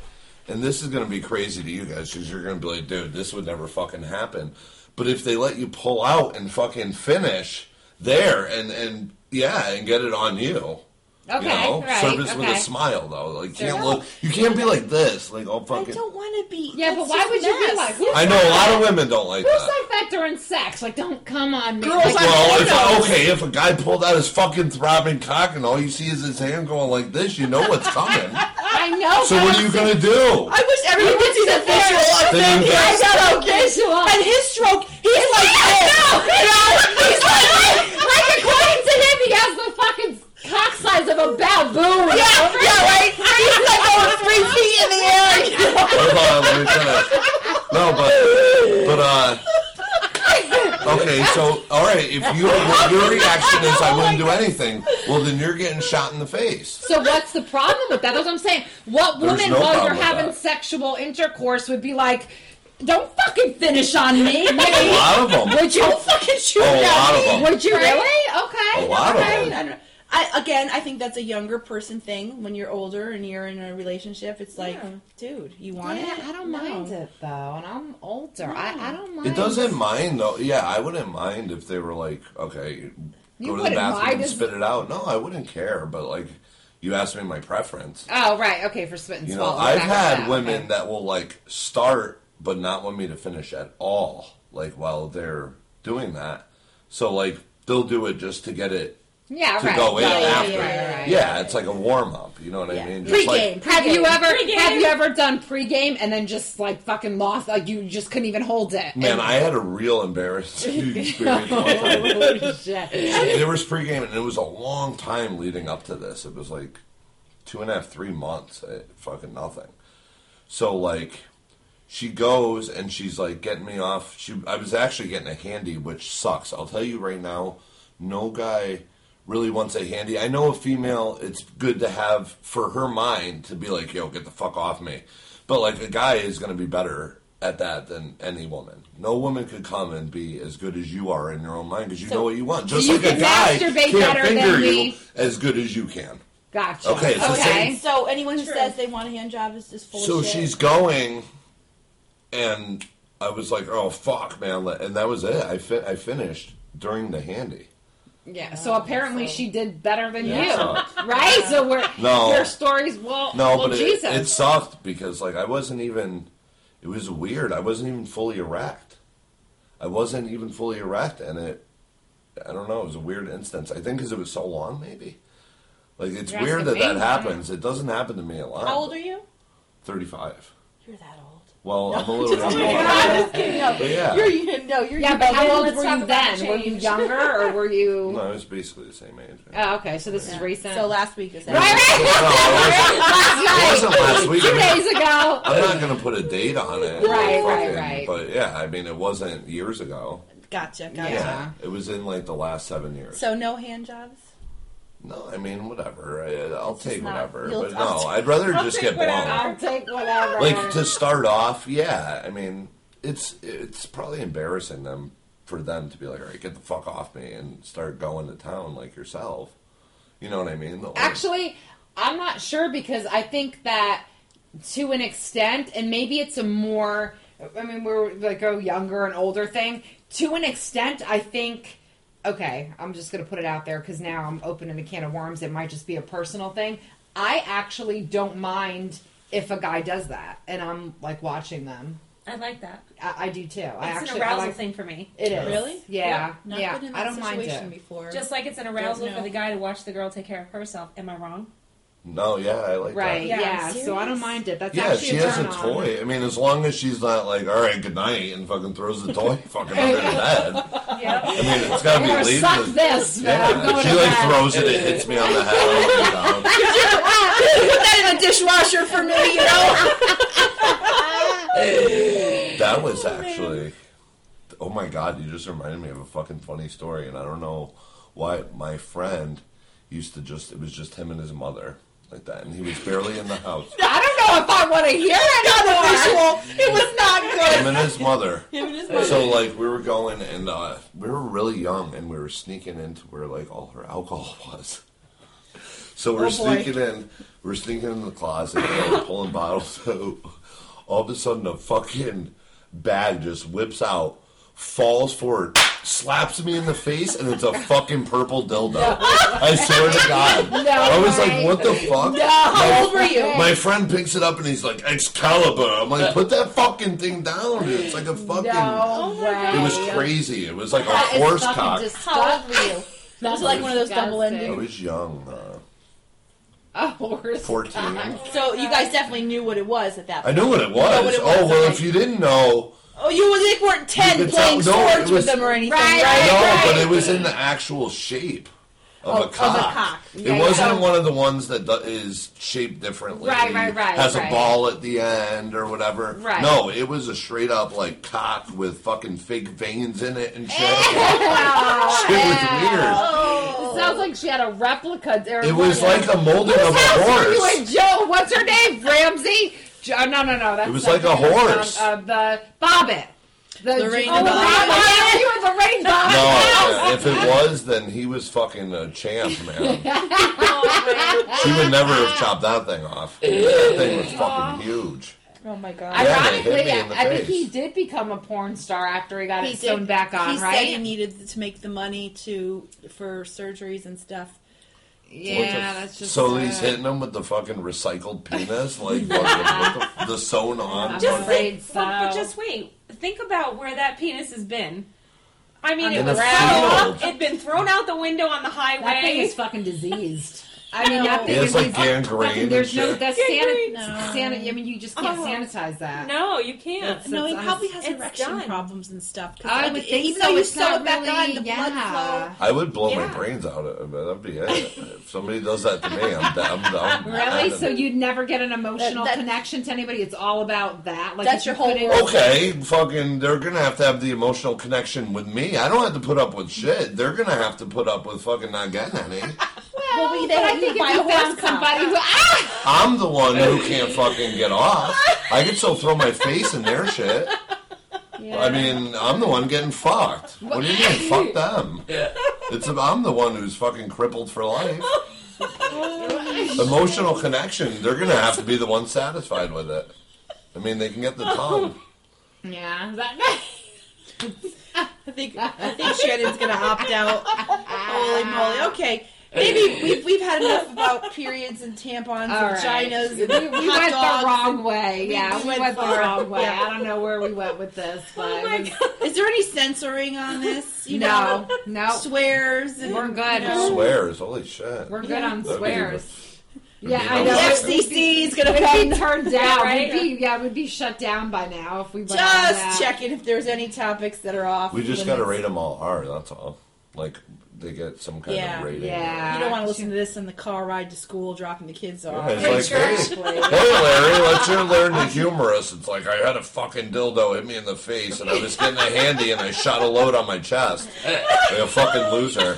Speaker 2: And this is going to be crazy to you guys because you're going to be like, dude, this would never fucking happen. But if they let you pull out and fucking finish there and, and yeah, and get it on you.
Speaker 1: Okay,
Speaker 2: you know,
Speaker 1: right,
Speaker 2: service with
Speaker 1: okay.
Speaker 2: a smile though. Like you
Speaker 1: Sure.
Speaker 2: can't look, you can't be like this. Like all
Speaker 4: I
Speaker 2: fucking.
Speaker 4: don't want to be.
Speaker 1: Yeah, but
Speaker 4: that's
Speaker 1: why
Speaker 4: just
Speaker 1: would you be
Speaker 4: mess.
Speaker 1: like? Who's
Speaker 2: I know a lot of women don't like
Speaker 1: Who's
Speaker 2: that.
Speaker 1: like that during sex? Like, don't come on me.
Speaker 4: Girls
Speaker 1: Like,
Speaker 4: are-
Speaker 2: Well,
Speaker 4: Pornos.
Speaker 2: if, okay, if a guy pulled out his fucking throbbing cock and all you see is his hand going like this, you know what's coming.
Speaker 1: I know.
Speaker 2: So what are you gonna do?
Speaker 4: I wish everyone could see the visual of
Speaker 2: Then
Speaker 4: him.
Speaker 2: you
Speaker 4: His
Speaker 2: guys-
Speaker 4: stroke is-
Speaker 1: Visual.
Speaker 4: and his stroke. He's like, oh,
Speaker 1: He's like, like according to him, he has the fucking cock size of a baboon.
Speaker 4: yeah, yeah, right. He's like going three feet in the air.
Speaker 2: Hold on, let me finish. No, but but uh. Okay, so all right, if you if your reaction is I wouldn't do anything, well then you're getting shot in the face.
Speaker 1: So what's the problem with that? That's what I'm saying. What
Speaker 2: There's
Speaker 1: woman,
Speaker 2: no
Speaker 1: while
Speaker 2: problem
Speaker 1: you're
Speaker 2: with
Speaker 1: having
Speaker 2: that.
Speaker 1: sexual intercourse, would be like, "Don't fucking finish on me."
Speaker 2: A
Speaker 1: mate."
Speaker 2: lot of them,
Speaker 1: would you fucking shoot
Speaker 2: A
Speaker 1: at
Speaker 2: lot of
Speaker 1: me?
Speaker 2: them.
Speaker 1: Would you really? Okay.
Speaker 2: a lot of
Speaker 4: I mean,
Speaker 2: them.
Speaker 4: I don't know. I, again, I think that's a younger person thing. When you're older and you're in a relationship, it's like,
Speaker 3: Yeah.
Speaker 4: dude, you want
Speaker 1: Yeah,
Speaker 4: it?
Speaker 1: I don't mind
Speaker 4: No.
Speaker 1: it though, and I'm older. I, I don't mind.
Speaker 2: It doesn't mind though. Yeah, I wouldn't mind if they were like, okay, go to the
Speaker 1: wouldn't mind
Speaker 2: bathroom and
Speaker 1: as-
Speaker 2: spit it out. No, I wouldn't care. But like, you asked me my preference.
Speaker 1: Oh right, okay, for spit and
Speaker 2: You know,
Speaker 1: swallow.
Speaker 2: I've
Speaker 1: back
Speaker 2: had
Speaker 1: out,
Speaker 2: women
Speaker 1: okay.
Speaker 2: that will like start but not want me to finish at all, like while they're doing that. So like they'll do it just to get it
Speaker 1: yeah,
Speaker 2: to
Speaker 1: right.
Speaker 2: go in
Speaker 1: yeah, yeah,
Speaker 2: after.
Speaker 1: Yeah, yeah, yeah.
Speaker 2: it's like a warm up. You know what I mean? Just
Speaker 1: Pre-game.
Speaker 2: like,
Speaker 1: have you ever
Speaker 3: Pre-game.
Speaker 1: have you ever done pre-game and then just like fucking lost like you just couldn't even hold it?
Speaker 2: man, I had a real embarrassing experience. one time.
Speaker 1: Holy shit.
Speaker 2: there was pregame, and it was a long time leading up to this. It was like two and a half, three months, eh, fucking nothing. So like, she goes and she's like getting me off. She, I was actually getting a handy, which sucks. I'll tell you right now, no guy really wants a handy. I know a female, it's good to have for her mind to be like, yo, get the fuck off me. But like, a guy is gonna be better. At that than any woman. No woman could come and be as good as you are in your own mind because you know what you want. Just
Speaker 1: you
Speaker 2: like a
Speaker 1: can
Speaker 2: guy
Speaker 1: masturbate
Speaker 2: can't
Speaker 1: better than
Speaker 2: finger you
Speaker 1: me.
Speaker 2: as good as you can.
Speaker 1: Gotcha.
Speaker 2: Okay, it's the
Speaker 1: okay.
Speaker 2: same-
Speaker 4: So anyone who
Speaker 3: True.
Speaker 4: says they want a hand job is just full
Speaker 2: So
Speaker 4: of shit.
Speaker 2: she's going, and I was like, "Oh fuck, man!" And that was it. I fi- I finished during the handy.
Speaker 1: Yeah. So apparently she did better than
Speaker 2: Yeah, it sucked.
Speaker 1: you, right? So we're
Speaker 2: No.
Speaker 1: your stories. Well,
Speaker 2: No,
Speaker 1: well,
Speaker 2: but it,
Speaker 1: Jesus.
Speaker 2: it sucked because like I wasn't even. It was weird. I wasn't even fully erect. I wasn't even fully erect, and it. I don't know. It was a weird instance. I think because it was so long, maybe. Like it's
Speaker 1: You're
Speaker 2: weird that
Speaker 1: asking
Speaker 2: that
Speaker 1: me?
Speaker 2: happens. It doesn't happen to me a lot.
Speaker 4: How old are you?
Speaker 2: Thirty-five.
Speaker 4: You're that old.
Speaker 2: Well, I'm a little. older.
Speaker 4: No,
Speaker 2: But yeah.
Speaker 4: you're you no, you're
Speaker 1: yeah,
Speaker 4: you
Speaker 1: but how
Speaker 4: know,
Speaker 1: old
Speaker 4: let's
Speaker 1: were
Speaker 4: talk
Speaker 1: you
Speaker 4: about
Speaker 1: then? Were you
Speaker 4: change.
Speaker 1: younger or were you?
Speaker 2: No, I was basically the same age.
Speaker 1: Oh, okay. So this is recent.
Speaker 4: So last week is that.
Speaker 1: Right, right.
Speaker 2: No, it wasn't-
Speaker 5: Oh,
Speaker 2: it
Speaker 1: Last night.
Speaker 2: wasn't last week.
Speaker 1: Two days ago.
Speaker 2: I'm not gonna put a date on it.
Speaker 1: Right, right,
Speaker 2: Fucking-
Speaker 1: right.
Speaker 2: But yeah, I mean, it wasn't years ago.
Speaker 4: Gotcha, gotcha.
Speaker 2: Yeah.
Speaker 1: Yeah.
Speaker 2: it was in like the last seven years.
Speaker 4: So no hand jobs.
Speaker 2: no, I mean, whatever. I, I'll take
Speaker 4: not-
Speaker 2: whatever.
Speaker 4: you'll-
Speaker 2: But no,
Speaker 4: I'll
Speaker 2: I'd rather
Speaker 3: I'll
Speaker 2: just
Speaker 3: take
Speaker 2: get
Speaker 3: whatever.
Speaker 2: blown.
Speaker 1: I'll take whatever.
Speaker 2: Like to start off, yeah. I mean, it's it's probably embarrassing them for them to be like, all right, get the fuck off me and start going to town like yourself. You know what I mean? Like,
Speaker 1: Actually, I'm not sure because I think that to an extent, and maybe it's a more, I mean, we're like a younger and older thing. To an extent, I think, okay, I'm just going to put it out there because now I'm opening a can of worms. It might just be a personal thing. I actually don't mind if a guy does that and I'm like watching them.
Speaker 3: I like that.
Speaker 1: I, I do too. I
Speaker 3: It's
Speaker 1: actually
Speaker 3: an arousal
Speaker 1: I like,
Speaker 3: thing for me.
Speaker 1: It is.
Speaker 4: Really?
Speaker 1: Yeah.
Speaker 5: Not
Speaker 1: yeah.
Speaker 5: been in that
Speaker 1: I don't mind
Speaker 5: situation
Speaker 1: it.
Speaker 5: before.
Speaker 3: Just like it's an arousal
Speaker 5: Don't
Speaker 3: for
Speaker 5: know.
Speaker 3: the guy to watch the girl take care of herself. Am I wrong?
Speaker 2: no, yeah, I like that.
Speaker 1: Right.
Speaker 3: Yeah,
Speaker 1: Yeah.
Speaker 3: I'm
Speaker 1: So I don't
Speaker 3: serious.
Speaker 1: mind it. That's
Speaker 2: Yeah,
Speaker 1: actually
Speaker 2: she
Speaker 1: a
Speaker 2: has a
Speaker 1: turn on.
Speaker 2: toy. I mean, as long as she's not like, all right, good night, and fucking throws the toy fucking under the bed. I
Speaker 3: Yeah.
Speaker 2: mean, it's gotta
Speaker 1: I'm gonna
Speaker 2: be
Speaker 1: suck
Speaker 2: legal.
Speaker 1: this, man. I'm
Speaker 2: Yeah,
Speaker 1: going
Speaker 2: she
Speaker 1: to
Speaker 2: like
Speaker 1: bed. Ah,
Speaker 2: throws it, it hits me on the head. I'm like, "Oh."
Speaker 4: Put that in a dishwasher for me, you know?
Speaker 2: That was actually. Oh my god, you just reminded me of a fucking funny story, and I don't know why my friend used to just. It was just him and his mother like that, and he was barely in the house.
Speaker 1: I don't know if I want to hear it anymore.
Speaker 4: It was not good.
Speaker 2: Him and his mother. So like we were going, and uh, we were really young, and we were sneaking into where like all her alcohol was. So we're
Speaker 4: Oh, boy.
Speaker 2: sneaking in, we're sneaking in the closet, and we're pulling bottles out. All of a sudden, a fucking bag just whips out, falls forward, slaps me in the face, and it's a fucking purple dildo. I swear to God, I was
Speaker 1: way.
Speaker 2: like, "What the fuck?"
Speaker 4: How old were you?
Speaker 2: My friend picks it up and he's like, Excalibur. I'm like, put that fucking thing down. dude. It's like a fucking.
Speaker 4: Oh
Speaker 1: No way.
Speaker 2: It was crazy. It was like a
Speaker 1: That is
Speaker 2: horse
Speaker 1: fucking
Speaker 2: cock.
Speaker 1: disgusting.
Speaker 4: Was it like one of those double
Speaker 2: I
Speaker 4: ended?
Speaker 2: was young, uh,
Speaker 1: A horse.
Speaker 2: 14.
Speaker 4: Uh-huh. So you guys definitely knew what it was at that
Speaker 2: I
Speaker 4: point.
Speaker 2: knew what it was.
Speaker 4: what it
Speaker 2: oh,
Speaker 4: was,
Speaker 2: well,
Speaker 4: okay.
Speaker 2: if you didn't know.
Speaker 4: Oh, you like, weren't 10
Speaker 2: could
Speaker 4: playing
Speaker 2: tell- no, it
Speaker 4: swords
Speaker 2: was-
Speaker 4: with them or anything,
Speaker 1: Right,
Speaker 4: right? Oh,
Speaker 2: No,
Speaker 1: right.
Speaker 2: but it was in the actual shape of a cock.
Speaker 4: cock.
Speaker 1: Yeah,
Speaker 2: it wasn't
Speaker 1: so-
Speaker 2: one of the ones that do- is shaped differently.
Speaker 1: Right, right, right,
Speaker 2: Has
Speaker 1: right.
Speaker 2: a ball at the end or whatever.
Speaker 1: Right.
Speaker 2: No, it was a straight up like cock with fucking fake veins in it and shit. shit was weird.
Speaker 1: It sounds like she had a replica. Or
Speaker 2: It was
Speaker 1: what-
Speaker 2: like a molding of a
Speaker 1: Whose house were you
Speaker 2: horse.
Speaker 1: and Joe, what's her name? Ramsey? Jo- uh, no, no, no. That's
Speaker 2: It was
Speaker 1: not-
Speaker 2: like a horse.
Speaker 1: Uh, the Bobbit. The
Speaker 4: Lorraine
Speaker 1: oh, the
Speaker 4: Bobbitt.
Speaker 1: Bobbit. You were Lorraine Bobbitt.
Speaker 2: No, if it was, then he was fucking a champ, man.
Speaker 1: Oh,
Speaker 2: she would never have chopped that thing off. That thing was fucking huge.
Speaker 4: Oh my god.
Speaker 2: Yeah, they hit me
Speaker 1: Ironically,
Speaker 2: in the
Speaker 1: I think
Speaker 2: face.
Speaker 1: he did become a porn star after he got
Speaker 4: He
Speaker 1: his it sewn
Speaker 4: did-
Speaker 1: back on,
Speaker 4: he
Speaker 1: right?
Speaker 4: said he needed to make the money to for surgeries and stuff.
Speaker 2: What the-
Speaker 1: yeah, that's just
Speaker 2: so
Speaker 1: uh,
Speaker 2: he's hitting him with the fucking recycled penis, like fucking with the, the sewn on.
Speaker 1: I'm
Speaker 3: Just
Speaker 2: fucking-
Speaker 1: afraid so.
Speaker 3: But, but just wait. Think about where that penis has been. I mean,
Speaker 1: On
Speaker 3: it
Speaker 1: the
Speaker 3: was
Speaker 2: ground.
Speaker 3: thrown up. It'd been thrown out the window on the highway.
Speaker 1: that thing is fucking diseased. I mean, that thing
Speaker 2: Yeah,
Speaker 1: is
Speaker 2: it's like
Speaker 1: fucking-
Speaker 2: gangrene and
Speaker 1: There's no
Speaker 2: shit.
Speaker 1: that's
Speaker 3: Gangrene.
Speaker 1: sanit, sanit. I mean, you just can't
Speaker 3: Oh.
Speaker 1: sanitize that.
Speaker 3: no, you can't.
Speaker 1: So
Speaker 4: no, he
Speaker 1: it's
Speaker 4: probably
Speaker 1: honest-
Speaker 4: has
Speaker 3: it's
Speaker 4: erection
Speaker 3: done.
Speaker 4: problems and stuff. 'cause
Speaker 1: I
Speaker 4: like,
Speaker 1: would think
Speaker 4: even
Speaker 1: so.
Speaker 4: though you
Speaker 1: It's
Speaker 4: sew
Speaker 1: not
Speaker 4: it back
Speaker 1: really,
Speaker 4: on, the
Speaker 1: yeah.
Speaker 4: blood
Speaker 2: I would blow my
Speaker 3: Yeah.
Speaker 2: brains out. uh, That'd be it. if somebody does that to me, I'm done. I'm, I'm,
Speaker 1: Really?
Speaker 2: I'm-
Speaker 1: So you'd never get an emotional
Speaker 4: that-
Speaker 1: connection to anybody? It's all about that. Like
Speaker 4: That's
Speaker 1: if
Speaker 4: your
Speaker 1: you
Speaker 4: whole
Speaker 1: put in-
Speaker 4: world.
Speaker 2: Okay, fucking, they're gonna have to have the emotional connection with me. I don't have to put up with shit. They're gonna have to put up with fucking not getting any.
Speaker 1: Well,
Speaker 4: we- they
Speaker 1: but I
Speaker 4: had you
Speaker 1: think if
Speaker 4: buy a
Speaker 1: you
Speaker 4: horse
Speaker 1: found
Speaker 4: cock.
Speaker 1: somebody who ah,
Speaker 2: I'm the one who can't fucking get off. I can still throw my face in their shit. I mean, I'm the one getting fucked. What do you mean? Fuck them. It's I'm the one who's fucking crippled for life. Emotional connection. They're gonna have to be the one satisfied with it. I mean, they can get the tongue.
Speaker 1: yeah, that,
Speaker 4: flow. I think I think Shannon's gonna opt out. Holy moly! Okay, maybe we've we've had enough about periods and tampons,
Speaker 1: all
Speaker 4: and
Speaker 1: right.
Speaker 4: vaginas,
Speaker 1: We, we
Speaker 4: and
Speaker 1: went
Speaker 4: hot
Speaker 1: the
Speaker 4: dogs.
Speaker 1: wrong way. Yeah, we,
Speaker 4: went
Speaker 1: went the
Speaker 4: far.
Speaker 1: wrong way.
Speaker 4: Yeah.
Speaker 1: I don't know where we went with this, but
Speaker 3: Oh my God.
Speaker 4: Is there any censoring on this? You
Speaker 1: no,
Speaker 4: know,
Speaker 1: no,
Speaker 4: swears. And,
Speaker 1: We're good.
Speaker 4: You know,
Speaker 2: Swears. Holy shit.
Speaker 1: we're good on
Speaker 2: That'd be
Speaker 1: swears.
Speaker 2: the-
Speaker 1: Yeah, I
Speaker 4: the
Speaker 1: know.
Speaker 2: That'd be
Speaker 4: FCC is gonna
Speaker 1: We'd
Speaker 4: come.
Speaker 1: be turned down.
Speaker 3: right?
Speaker 1: We'd be, yeah, we'd be shut down by now if we went on that.
Speaker 4: Just checking if there's any topics that are off.
Speaker 2: We just gotta
Speaker 4: limits.
Speaker 2: rate them all R. That's all. Like they get some kind
Speaker 4: Yeah.
Speaker 2: of rating.
Speaker 1: Yeah.
Speaker 4: You don't want to listen to this in the car ride to school, dropping the kids off.
Speaker 2: Yeah, it's like, hey,
Speaker 4: Exactly.
Speaker 2: hey, Larry, let's you learn to humor us. It's like I had a fucking dildo hit me in the face, and I was getting a handy, and I shot a load on my chest. Like a fucking loser.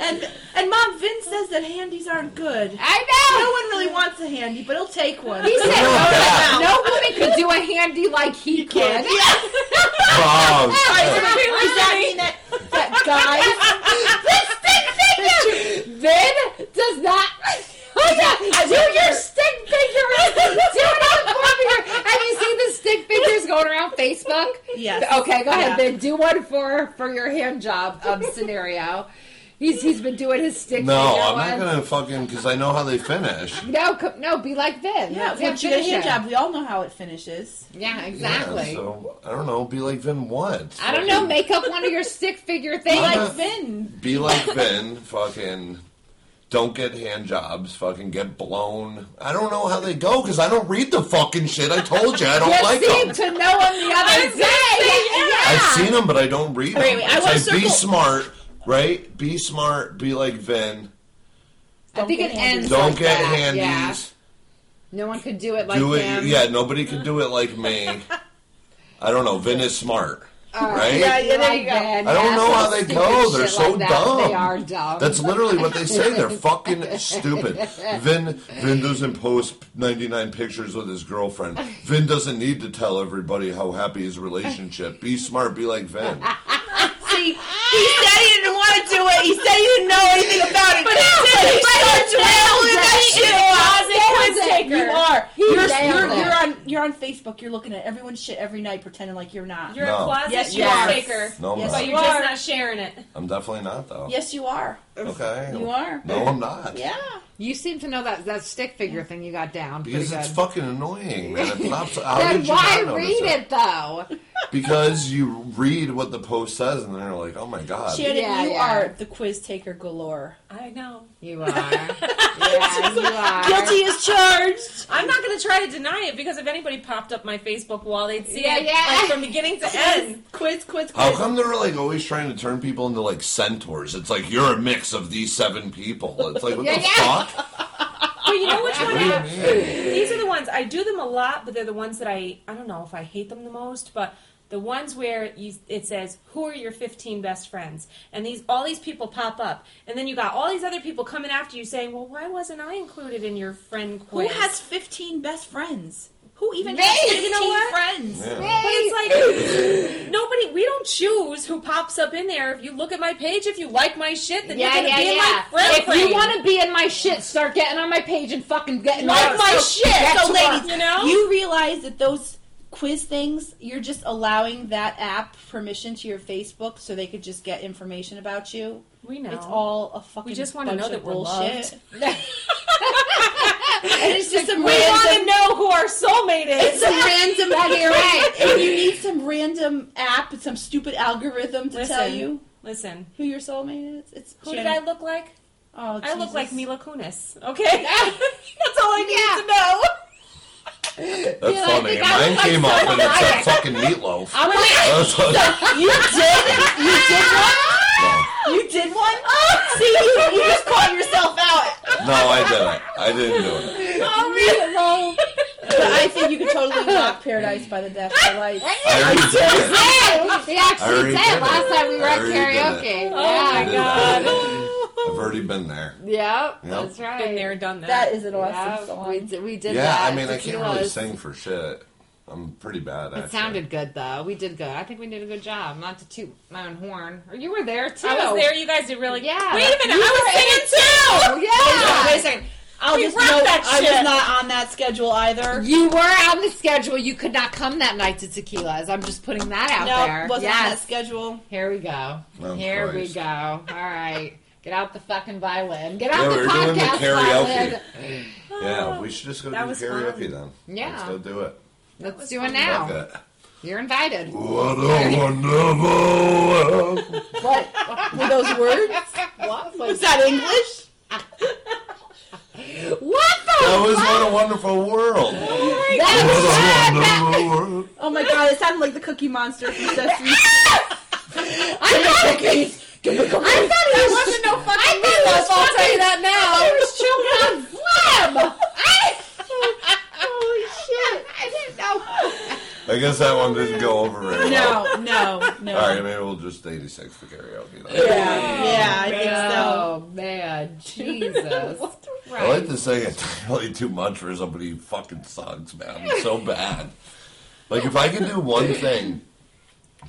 Speaker 4: and and mom, Vin says that handies aren't good.
Speaker 1: I know.
Speaker 4: No one really wants a handy, but he'll take one.
Speaker 1: He said
Speaker 2: They're all bad.
Speaker 1: no, no woman could do a handy like he could.
Speaker 2: Wrong.
Speaker 4: Does that mean that, that guys?
Speaker 1: Stick figure. Vin does not. Oh yeah, do your stick figure. Do it on the forefinger. Have you seen the stick figures going around Facebook?
Speaker 4: Yes.
Speaker 1: Okay, go ahead,
Speaker 4: Yeah.
Speaker 1: Vin. Do one for for your hand job um, scenario. He's he's been doing his stick
Speaker 2: No,
Speaker 1: figure
Speaker 2: I'm
Speaker 1: one.
Speaker 2: not gonna fucking because I know how they finish.
Speaker 1: No, co- no, be like Vin.
Speaker 4: Yeah,
Speaker 1: Let's have
Speaker 4: once you get a hand
Speaker 1: finish him.
Speaker 4: job, we all know how it finishes.
Speaker 1: Yeah, exactly.
Speaker 2: Yeah, so I don't know. Be like Vin. What?
Speaker 1: I don't know. Make up one of your stick figure things.
Speaker 2: Like
Speaker 4: Like Vin.
Speaker 2: Be like Vin. Fucking. Don't get hand jobs. Fucking get blown. I don't know how they go because I don't read the fucking shit. I told you I don't
Speaker 1: you
Speaker 2: like
Speaker 1: seem
Speaker 2: them.
Speaker 1: to know him the other day.
Speaker 2: I've seen them, but I don't read them.
Speaker 4: Wait, wait, I
Speaker 2: It's
Speaker 4: wanna
Speaker 2: like, be
Speaker 4: circle-
Speaker 2: smart, right? Be smart. Be like Vin.
Speaker 1: I think it
Speaker 6: get handy.
Speaker 1: ends.
Speaker 2: Don't
Speaker 1: like
Speaker 2: get
Speaker 1: that,
Speaker 2: handies.
Speaker 1: yeah. No one could do it like
Speaker 2: do it.
Speaker 1: him.
Speaker 2: Yeah, nobody can do it like me. I don't know. Vin is smart, right?
Speaker 5: yeah, yeah, there
Speaker 1: Like
Speaker 5: you go.
Speaker 1: that,
Speaker 2: I don't
Speaker 1: yeah,
Speaker 2: know
Speaker 1: some
Speaker 2: how they
Speaker 1: stupid
Speaker 2: go. They're
Speaker 1: shit
Speaker 2: so
Speaker 1: like that.
Speaker 2: dumb.
Speaker 1: They are dumb.
Speaker 2: That's literally what they say. They're fucking stupid. Vin Vin doesn't post 99 pictures with his girlfriend. Vin doesn't need to tell everybody how happy his relationship. Be smart. Be like Vin.
Speaker 5: See, he said he didn't want to do it. He said he didn't know anything about it. But he said he started dwelling that shit
Speaker 3: Closet quiz
Speaker 5: You
Speaker 3: taker.
Speaker 5: are.
Speaker 1: He
Speaker 5: You're,
Speaker 1: nailed
Speaker 5: you're,
Speaker 1: it.
Speaker 5: you're on. You're on Facebook. You're looking at everyone's shit every night, pretending like you're not.
Speaker 3: You're
Speaker 2: No.
Speaker 3: a closet
Speaker 5: Yes,
Speaker 3: you
Speaker 5: you are.
Speaker 3: taker.
Speaker 2: No, I'm
Speaker 5: Yes,
Speaker 3: But
Speaker 2: not.
Speaker 3: you're
Speaker 5: you
Speaker 3: just
Speaker 5: are.
Speaker 3: not sharing it.
Speaker 2: I'm definitely not though.
Speaker 5: yes, you are.
Speaker 2: Okay.
Speaker 5: You are.
Speaker 2: No, I'm not.
Speaker 5: Yeah.
Speaker 1: You seem to know that that stick figure thing you got down. pretty
Speaker 2: Because it's
Speaker 1: good.
Speaker 2: fucking annoying, man. It pops. How
Speaker 1: Then
Speaker 2: did you
Speaker 1: why
Speaker 2: not notice
Speaker 1: read it though?
Speaker 2: Because you read what the post says, and then you're like, "Oh my god."
Speaker 5: Shannon,
Speaker 1: Yeah,
Speaker 5: you
Speaker 1: yeah.
Speaker 5: are the quiz taker galore.
Speaker 3: I know.
Speaker 1: You are. Yeah, you are.
Speaker 5: Guilty is charged.
Speaker 3: I'm not going to try to deny it because if anybody popped up my Facebook wall, they'd see
Speaker 1: Yeah,
Speaker 3: it
Speaker 1: yeah.
Speaker 3: like from beginning to end.
Speaker 5: Quiz, quiz, quiz.
Speaker 2: How come they're like always trying to turn people into like centaurs? It's like you're a mix of these seven people. It's like what
Speaker 1: Yeah,
Speaker 2: the
Speaker 1: yeah.
Speaker 2: fuck?
Speaker 3: But you know which one?
Speaker 2: What do
Speaker 3: I,
Speaker 2: you mean?
Speaker 3: these are the ones I do them a lot, but they're the ones that I I don't know if I hate them the most, but the ones where you, it says who are your 15 best friends and these all these people pop up and then you got all these other people coming after you saying well why wasn't i included in your friend
Speaker 5: Who
Speaker 3: quiz
Speaker 5: has 15 best friends? Who even
Speaker 1: Me!
Speaker 5: has
Speaker 1: You
Speaker 5: 15
Speaker 3: know what?
Speaker 5: friends?
Speaker 2: Yeah.
Speaker 3: But it's like nobody. We don't choose who pops up in there. If you look at my page, if you like my shit, then
Speaker 1: Yeah,
Speaker 3: you're gonna
Speaker 1: yeah,
Speaker 3: be in my
Speaker 1: yeah.
Speaker 3: friend.
Speaker 1: If you
Speaker 3: frame.
Speaker 1: want to be in my shit, start getting on my page and fucking getting
Speaker 5: Like
Speaker 1: on
Speaker 5: my shit. So,
Speaker 1: to
Speaker 5: ladies,
Speaker 1: work.
Speaker 3: you know?
Speaker 5: you realize that those quiz things, you're just allowing that app permission to your Facebook so they could just get information about you.
Speaker 3: we know.
Speaker 5: It's all a fucking.
Speaker 3: We just wanna
Speaker 5: bunch
Speaker 3: know
Speaker 5: of
Speaker 3: that we're
Speaker 5: bullshit.
Speaker 3: loved.
Speaker 5: and it's just some
Speaker 3: we want to
Speaker 5: random.
Speaker 3: know who our soulmate
Speaker 5: It's
Speaker 3: is.
Speaker 5: some random.
Speaker 1: That you're right.
Speaker 5: And you need some random app, some stupid algorithm to tell
Speaker 3: Listen.
Speaker 5: you
Speaker 3: Listen,
Speaker 5: who your soulmate is. It's
Speaker 3: who
Speaker 5: Shannon.
Speaker 3: did I look like?
Speaker 5: Oh,
Speaker 3: I look like
Speaker 5: Jesus.
Speaker 3: Mila Kunis. Okay, that's all I need
Speaker 1: Yeah.
Speaker 3: to know.
Speaker 2: That's
Speaker 1: Yeah, I
Speaker 2: funny.
Speaker 1: think I
Speaker 2: Mine
Speaker 1: was, like,
Speaker 2: came up and it said
Speaker 1: psychotic.
Speaker 2: fucking meatloaf.
Speaker 1: I'm like,
Speaker 2: That's what-
Speaker 5: You did. You did one.
Speaker 2: no.
Speaker 5: You did one. See, you, you just called yourself out.
Speaker 2: no, I didn't. I didn't do it.
Speaker 5: But I think you could totally lock Paradise by the Death for Life.
Speaker 2: I already did it.
Speaker 1: Hey, he
Speaker 2: I
Speaker 1: actually
Speaker 2: already did it.
Speaker 1: did last time we were
Speaker 2: I
Speaker 1: at
Speaker 2: already did
Speaker 1: karaoke.
Speaker 2: it.
Speaker 3: Oh
Speaker 2: I
Speaker 3: my
Speaker 1: Yeah.
Speaker 2: did
Speaker 3: god,
Speaker 2: that. I've already been there.
Speaker 1: Yep,
Speaker 2: Yep.
Speaker 1: that's right.
Speaker 3: been there, done that.
Speaker 5: That is an awesome
Speaker 1: Yeah, we,
Speaker 5: song.
Speaker 1: did, we did
Speaker 2: yeah,
Speaker 1: that.
Speaker 2: I mean, I can't really
Speaker 1: Tequilas.
Speaker 2: sing for shit. I'm pretty bad. Actually.
Speaker 1: It sounded good though. We did good. I think we did a good job. Not to toot my own horn. Or you were there too.
Speaker 3: I was there. You guys did really.
Speaker 1: Yeah.
Speaker 3: Wait a minute. I
Speaker 1: Oh,
Speaker 3: was singing too.
Speaker 1: yeah.
Speaker 3: Wait a second.
Speaker 5: I'll
Speaker 3: We
Speaker 5: just
Speaker 3: rocked
Speaker 5: note
Speaker 3: that
Speaker 5: I was
Speaker 3: shit.
Speaker 5: not on that schedule either.
Speaker 1: You were on the schedule. You could not come that night to Tequila's. I'm just putting that out
Speaker 5: No,
Speaker 1: there.
Speaker 5: wasn't on that
Speaker 1: yes.
Speaker 5: schedule.
Speaker 1: Here we go.
Speaker 2: Oh,
Speaker 1: Here we
Speaker 2: Christ.
Speaker 1: go. All right. Get out the fucking violin. Get out
Speaker 2: Yeah,
Speaker 1: the
Speaker 2: we were
Speaker 1: podcast
Speaker 2: doing the karaoke.
Speaker 1: violin.
Speaker 2: Yeah, we should just go
Speaker 3: That
Speaker 2: do
Speaker 3: was
Speaker 2: karaoke
Speaker 3: fun.
Speaker 2: then.
Speaker 1: Yeah.
Speaker 2: Let's go do it.
Speaker 1: Let's do it
Speaker 2: Fuck
Speaker 1: now.
Speaker 2: it.
Speaker 1: You're invited.
Speaker 2: What a wonderful world.
Speaker 5: What? Were those words?
Speaker 1: What
Speaker 5: Was that English?
Speaker 1: What the?
Speaker 2: That was what a wonderful world.
Speaker 1: That was
Speaker 2: What a wonderful world.
Speaker 5: Oh my god, it sounded like the Cookie Monster from Sesame Street.
Speaker 1: I thought cookies. I thought it was, wasn't no fucking I thought it was
Speaker 5: meatloaf, I'll
Speaker 1: fucking,
Speaker 5: tell you
Speaker 1: that now. I was choking on phlegm. I, Holy shit! I didn't know.
Speaker 2: I guess that one didn't go over very well.
Speaker 5: No, no, no.
Speaker 2: All right, maybe we'll just 86 for karaoke. Then.
Speaker 5: Yeah, yeah, I think so.
Speaker 1: Oh man, Jesus!
Speaker 2: I like to say it's really too much for somebody who fucking sucks, man. It's so bad. Like, if I could do one thing,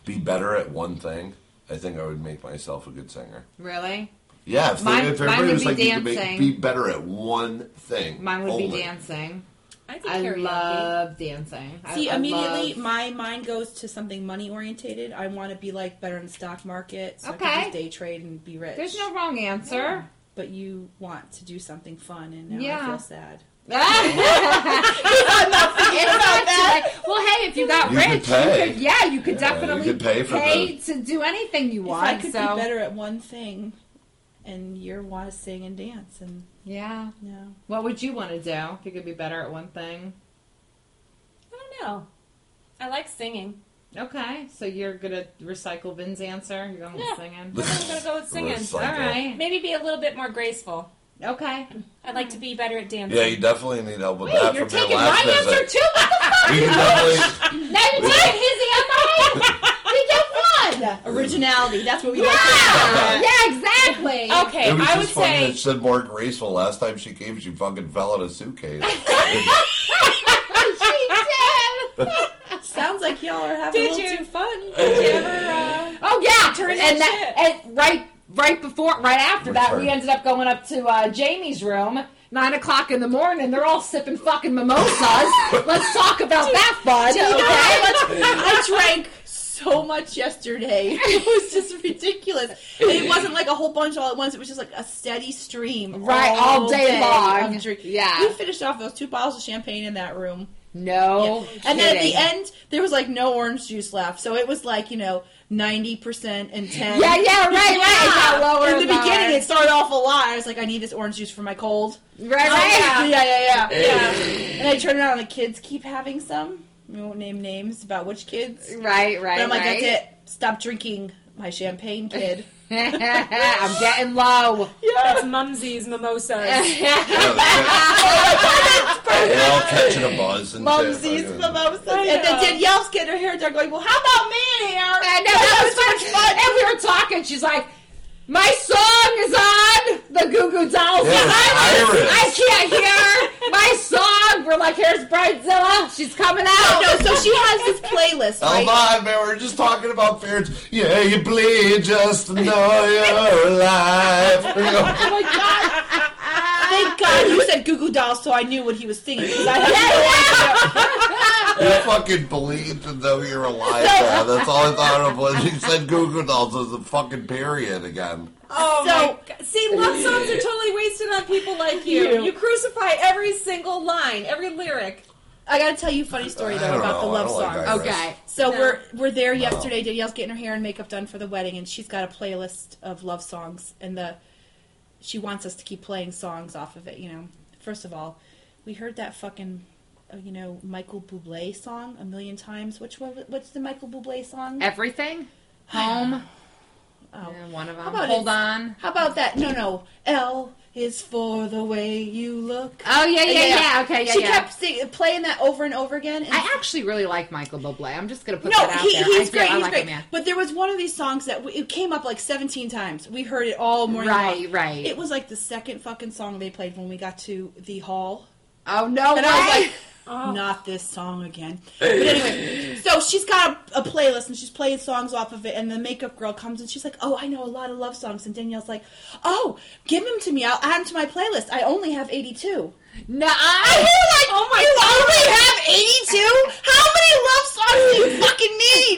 Speaker 2: be better at one thing, I think I would make myself a good singer.
Speaker 1: Really?
Speaker 2: Yeah, if,
Speaker 1: Mine-
Speaker 2: they, if
Speaker 1: mine
Speaker 2: everybody
Speaker 1: would
Speaker 2: was
Speaker 1: be
Speaker 2: like, you could make,
Speaker 1: dancing.
Speaker 2: be better at one thing.
Speaker 1: Mine would be
Speaker 2: only.
Speaker 1: dancing.
Speaker 3: I did
Speaker 1: I
Speaker 3: karaoke.
Speaker 1: love dancing. I-
Speaker 5: See,
Speaker 1: I
Speaker 5: immediately
Speaker 1: love-
Speaker 5: my mind goes to something money orientated. I want to be like better in the stock market, so I
Speaker 1: Okay.
Speaker 5: can just day trade and be rich.
Speaker 1: There's no wrong answer.
Speaker 5: but you want to do something fun, and now
Speaker 1: Yeah.
Speaker 5: I feel sad.
Speaker 1: I'm not thinking about that. well, hey, if you got
Speaker 2: You could
Speaker 1: rich,
Speaker 2: pay.
Speaker 1: you could, yeah, you could
Speaker 2: Yeah, you
Speaker 1: definitely
Speaker 2: could pay for
Speaker 1: to do anything you want.
Speaker 5: if I could
Speaker 1: so
Speaker 5: be better at one thing, and you are want to sing and dance, and
Speaker 1: yeah,
Speaker 5: you know,
Speaker 1: what would you want to do if you could be better at one thing?
Speaker 3: I don't know. I like singing.
Speaker 1: Okay, so you're gonna recycle Vin's answer. You're going with
Speaker 3: Yeah.
Speaker 1: singing.
Speaker 3: I'm gonna go with singing.
Speaker 2: Recycle.
Speaker 1: All right.
Speaker 3: Maybe be a little bit more graceful.
Speaker 1: Okay.
Speaker 3: I'd like to be better at dancing.
Speaker 2: Yeah, you definitely need help with
Speaker 1: Wait,
Speaker 2: that
Speaker 1: you're
Speaker 2: from your
Speaker 1: taking my
Speaker 2: last
Speaker 1: answer
Speaker 2: visit.
Speaker 1: too? What the fuck?
Speaker 2: We can definitely.
Speaker 1: Now you're taking his answer. We get one.
Speaker 5: Yeah, originality. That's what we like.
Speaker 1: Yeah. Yeah, exactly.
Speaker 3: Okay,
Speaker 2: It was
Speaker 3: I would
Speaker 2: just funny
Speaker 3: say
Speaker 2: that she said more graceful. Last time she came, she fucking fell out of suitcase.
Speaker 1: she did.
Speaker 5: Sounds like y'all are having a
Speaker 3: Did
Speaker 5: little
Speaker 3: you
Speaker 5: too
Speaker 3: fun? Did you ever? Uh,
Speaker 1: Oh yeah,
Speaker 3: Turn
Speaker 1: and
Speaker 3: that
Speaker 1: that and right right before right after that we
Speaker 2: Return.
Speaker 1: ended up going up to uh, Jamie's room nine o'clock in the morning. They're all sipping fucking mimosas. Let's talk about that fun.
Speaker 5: Okay,
Speaker 1: Okay.
Speaker 5: I drank so much yesterday. It was just ridiculous. And it wasn't like a whole bunch all at once. It was just like a steady stream,
Speaker 1: Right, all day long.
Speaker 5: of drink.
Speaker 1: Yeah.
Speaker 5: we finished off those two bottles of champagne in that room.
Speaker 1: No.
Speaker 5: And then at the
Speaker 1: kidding.
Speaker 5: end, there was like no orange juice left, so it was like you know ninety percent and ten.
Speaker 1: Yeah, yeah, right, right. It got lower
Speaker 5: In
Speaker 1: and
Speaker 5: the
Speaker 1: lower.
Speaker 5: beginning, it started off a lot. I was like, I need this orange juice for my cold.
Speaker 1: Right, right.
Speaker 5: yeah, yeah, yeah,
Speaker 3: Yeah.
Speaker 5: And I turned around, and the kids keep having some. We won't name names about which kids.
Speaker 1: Right, right.
Speaker 5: But I'm like,
Speaker 1: right.
Speaker 5: that's it. Stop drinking my champagne, kid.
Speaker 1: I'm getting low.
Speaker 3: That's Mumsy's mimosas.
Speaker 2: Yeah, they- They're all catching a buzz and shit.
Speaker 5: Mumsies,
Speaker 2: Fucking-
Speaker 5: mimosas.
Speaker 3: I
Speaker 5: And then
Speaker 3: know.
Speaker 5: Danielle's getting her hair done, going, well, how about me here?
Speaker 1: I know that was much fun. And we were talking. She's like, "My song is on the Goo Goo Dolls.
Speaker 2: Yeah,
Speaker 1: I, was-
Speaker 2: Iris.
Speaker 1: I can't hear my song." We're like, "Here's Bridezilla. She's coming out."
Speaker 5: No, so she has this playlist,
Speaker 2: Hold
Speaker 5: right?
Speaker 2: on, Oh man. We're just talking about parents. Yeah, you bleed just to know you're alive.
Speaker 5: Oh my god. Thank God you said Goo Goo Dolls so I knew what he was singing. 'cause I had
Speaker 2: You fucking bleed to know you're alive. Man. That's all I thought of when you said Goo Goo Dolls as a fucking period again.
Speaker 3: Oh
Speaker 5: So-
Speaker 3: my god. See, love songs are totally wasted on people like you.
Speaker 5: You.
Speaker 3: You, crucify every single line, every lyric.
Speaker 5: I gotta tell you a funny story,
Speaker 2: I
Speaker 5: though,
Speaker 2: don't
Speaker 5: about the
Speaker 2: know.
Speaker 5: love
Speaker 2: I don't like
Speaker 5: song.
Speaker 2: that.
Speaker 1: Okay.
Speaker 5: So
Speaker 3: No.
Speaker 5: we're we're there yesterday. Danielle's getting her hair and makeup done for the wedding, and she's got a playlist of love songs, and the she wants us to keep playing songs off of it. You know, first of all, we heard that fucking uh, you know Michael Bublé song a million times. Which one? What's the Michael Bublé song?
Speaker 1: Everything, home.
Speaker 5: Oh.
Speaker 1: Yeah, one of them.
Speaker 5: How about
Speaker 1: Hold
Speaker 5: it's-
Speaker 1: on.
Speaker 5: How about that? No, no. L is for the way you look.
Speaker 1: Oh yeah, yeah, yeah. Okay, yeah,
Speaker 5: she
Speaker 1: yeah.
Speaker 5: kept sing- playing that over and over again. And
Speaker 1: I actually really like Michael Bublé. I'm just gonna put
Speaker 5: No,
Speaker 1: that out
Speaker 5: he,
Speaker 1: there. I
Speaker 5: he's
Speaker 1: feel-
Speaker 5: great.
Speaker 1: I
Speaker 5: He's
Speaker 1: like
Speaker 5: great.
Speaker 1: him. Yeah.
Speaker 5: But there was one of these songs that w- it came up like 17 times. We heard it all morning.
Speaker 1: Right,
Speaker 5: long.
Speaker 1: right.
Speaker 5: It was like the second fucking song they played when we got to the hall,
Speaker 1: Oh no
Speaker 5: and I was
Speaker 1: way.
Speaker 5: like, not this song again. But anyway, so she's got a, a playlist and she's playing songs off of it. And the makeup girl comes and she's like, "Oh, I know a lot of love songs." And Danielle's like, "Oh, give them to me. I'll add them to my playlist. I only have 82."
Speaker 1: No, I like.
Speaker 5: Oh my you only have 82? How many love songs do you fucking need?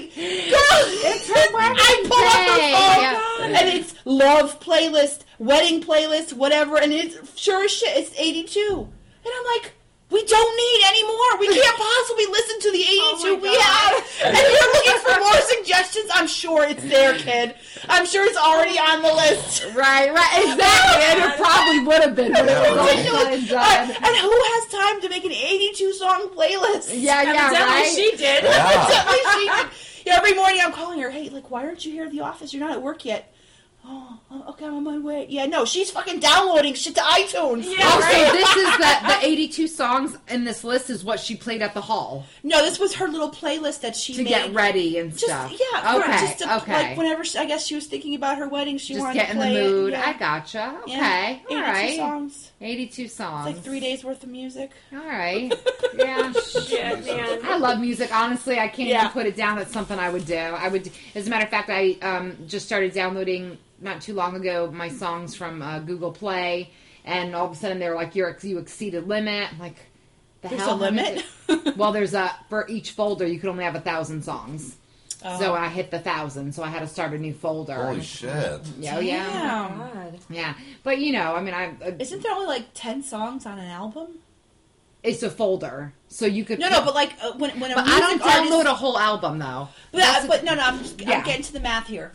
Speaker 5: Girl, it's her I pull up the
Speaker 1: birthday.
Speaker 5: phone
Speaker 1: Yeah.
Speaker 5: and it's love playlist, wedding playlist, whatever, and it's sure as shit, it's 82. And I'm like, we don't need any more. We can't possibly listen to the 82
Speaker 3: my
Speaker 5: we
Speaker 3: God.
Speaker 5: have. And you're looking for more suggestions? I'm sure it's there, kid. I'm sure it's already on the list.
Speaker 1: Right, right, exactly. And it probably would have been, but it
Speaker 2: Yeah,
Speaker 1: was all
Speaker 2: right.
Speaker 1: said and
Speaker 5: Uh,
Speaker 1: done.
Speaker 5: and who has time to make an 82 song playlist?
Speaker 1: Yeah, yeah,
Speaker 3: Evidently
Speaker 1: right.
Speaker 3: she did.
Speaker 2: Yeah.
Speaker 5: Definitely she did. Yeah, every morning I'm calling her. Hey, like, why aren't you here at the office? You're not at work yet. Oh, oh, okay, I'm on my way. Yeah, no, she's fucking downloading shit to iTunes.
Speaker 3: Yeah.
Speaker 1: Oh,
Speaker 3: Right.
Speaker 1: so this is the, the 82 songs in this list is what she played at the hall
Speaker 5: No, this was her little playlist that she
Speaker 1: to
Speaker 5: made.
Speaker 1: get ready and
Speaker 5: Just
Speaker 1: stuff.
Speaker 5: yeah,
Speaker 1: okay,
Speaker 5: right, just to,
Speaker 1: okay.
Speaker 5: like whenever she, I guess she was thinking about her wedding, she
Speaker 1: just
Speaker 5: wanted
Speaker 1: get
Speaker 5: to
Speaker 1: in the
Speaker 5: play it.
Speaker 1: mood.
Speaker 5: Yeah.
Speaker 1: I gotcha.
Speaker 5: Yeah.
Speaker 1: Okay, all
Speaker 5: 82
Speaker 1: right.
Speaker 5: songs.
Speaker 1: 82 songs.
Speaker 5: It's like three days worth of music.
Speaker 1: All right. Yeah.
Speaker 3: Yeah, man.
Speaker 1: I love music. Honestly, I can't
Speaker 5: Yeah.
Speaker 1: even put it down. That's something I would do. I would, as a matter of fact, I um, just started downloading not too long ago my songs from uh, Google Play, and all of a sudden they were like, "You're you exceeded limit." I'm like, the
Speaker 5: There's
Speaker 1: hell?
Speaker 5: a limit.
Speaker 1: well, there's a for each folder you could only have a thousand songs.
Speaker 5: Oh.
Speaker 1: So I hit the thousand, so I had to start a new folder.
Speaker 2: Holy shit.
Speaker 1: yeah, yeah,
Speaker 5: Damn.
Speaker 3: God.
Speaker 1: yeah. But you know, I mean, I uh,
Speaker 5: Isn't there only like ten songs on an album?
Speaker 1: it's a folder, so you could
Speaker 5: No, no, but like uh, when when a
Speaker 1: But I
Speaker 5: music
Speaker 1: don't
Speaker 5: artist-
Speaker 1: download a whole album though.
Speaker 5: But, uh,
Speaker 1: That's-
Speaker 5: but no, no, I'm, just,
Speaker 1: Yeah.
Speaker 5: I'm getting to the math here.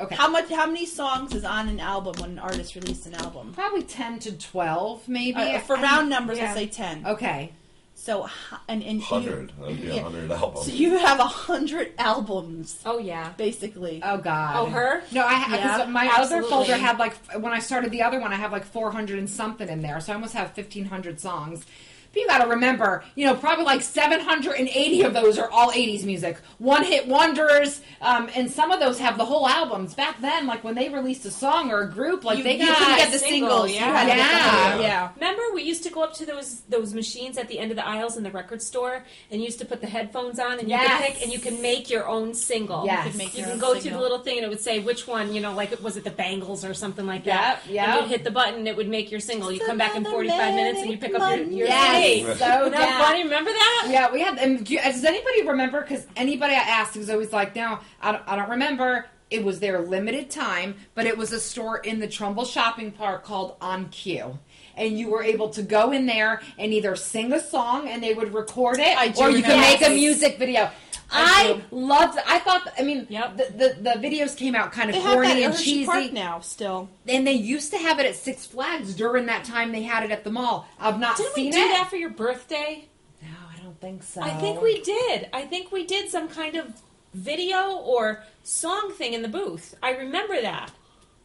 Speaker 1: okay.
Speaker 5: How much? How many songs is on an album when an artist released an album?
Speaker 1: Probably ten to twelve, maybe
Speaker 5: Uh, for
Speaker 1: I- Oh.
Speaker 5: round numbers,
Speaker 3: yeah.
Speaker 5: I'll say ten.
Speaker 1: Okay.
Speaker 5: So h- and and you-
Speaker 2: Hundred. That'd be a
Speaker 5: Yeah.
Speaker 2: hundred albums.
Speaker 5: So you have a hundred albums
Speaker 3: Oh yeah.
Speaker 5: basically.
Speaker 1: Oh God.
Speaker 3: Oh her.
Speaker 1: No, I ha- 'cause
Speaker 5: Yeah,
Speaker 1: my
Speaker 3: absolutely.
Speaker 1: other folder had like f- when I started the other one, I have like 400 and something in there, so I almost have 1,500 songs. But you got to remember, you know, probably like 780 of those are all 80s music, one hit wonders, um, and some of those have the whole albums. Back then, like when they released a song or a group, like
Speaker 5: you,
Speaker 1: they
Speaker 5: you
Speaker 1: got
Speaker 5: couldn't get the
Speaker 3: single,
Speaker 5: singles. You
Speaker 3: yeah.
Speaker 5: had to get
Speaker 1: Yeah.
Speaker 5: the- yeah.
Speaker 3: Remember, we used to go up to those those machines at the end of the aisles in the record store, and you used to put the headphones on, and you
Speaker 1: Yes.
Speaker 3: could pick, and you can make your own single.
Speaker 1: Yes.
Speaker 3: you,
Speaker 1: You
Speaker 3: could
Speaker 1: could
Speaker 5: make
Speaker 3: you
Speaker 5: your
Speaker 3: can
Speaker 5: own
Speaker 3: go through the
Speaker 5: single.
Speaker 3: little thing, and it would say which one, you know, like was it the Bangles or something like that.
Speaker 1: Yep, yep.
Speaker 3: And you'd hit the button, and it would make your single. You come back in
Speaker 5: Another
Speaker 3: forty five minutes, and you pick up your,
Speaker 5: manic
Speaker 3: your
Speaker 1: Yes,
Speaker 3: CD.
Speaker 1: so
Speaker 3: Isn't that
Speaker 1: down.
Speaker 3: funny? Remember that?
Speaker 1: Yeah, we had. And do you, does anybody remember? Because anybody I asked was always like, "No, I don't, I don't remember." It was their limited time, but it was a store in the Trumbull Shopping Park called On Cue. And you were able to go in there and either sing a song and they would record it,
Speaker 5: I do
Speaker 1: or you could
Speaker 5: remember.
Speaker 1: make a music video. I,
Speaker 5: do.
Speaker 1: loved. I thought. I mean,
Speaker 3: Yep.
Speaker 1: the, the the videos came out kind of
Speaker 5: They have that
Speaker 1: corny
Speaker 5: in
Speaker 1: and
Speaker 5: Hershey
Speaker 1: cheesy
Speaker 5: Park now still.
Speaker 1: and they used to have it at Six Flags during that time they had it at the mall. I've not
Speaker 3: Didn't
Speaker 1: seen
Speaker 3: we do
Speaker 1: it.
Speaker 3: that for your birthday?
Speaker 1: No, I don't think so.
Speaker 3: I think we did. I think we did some kind of video or song thing in the booth. I remember that.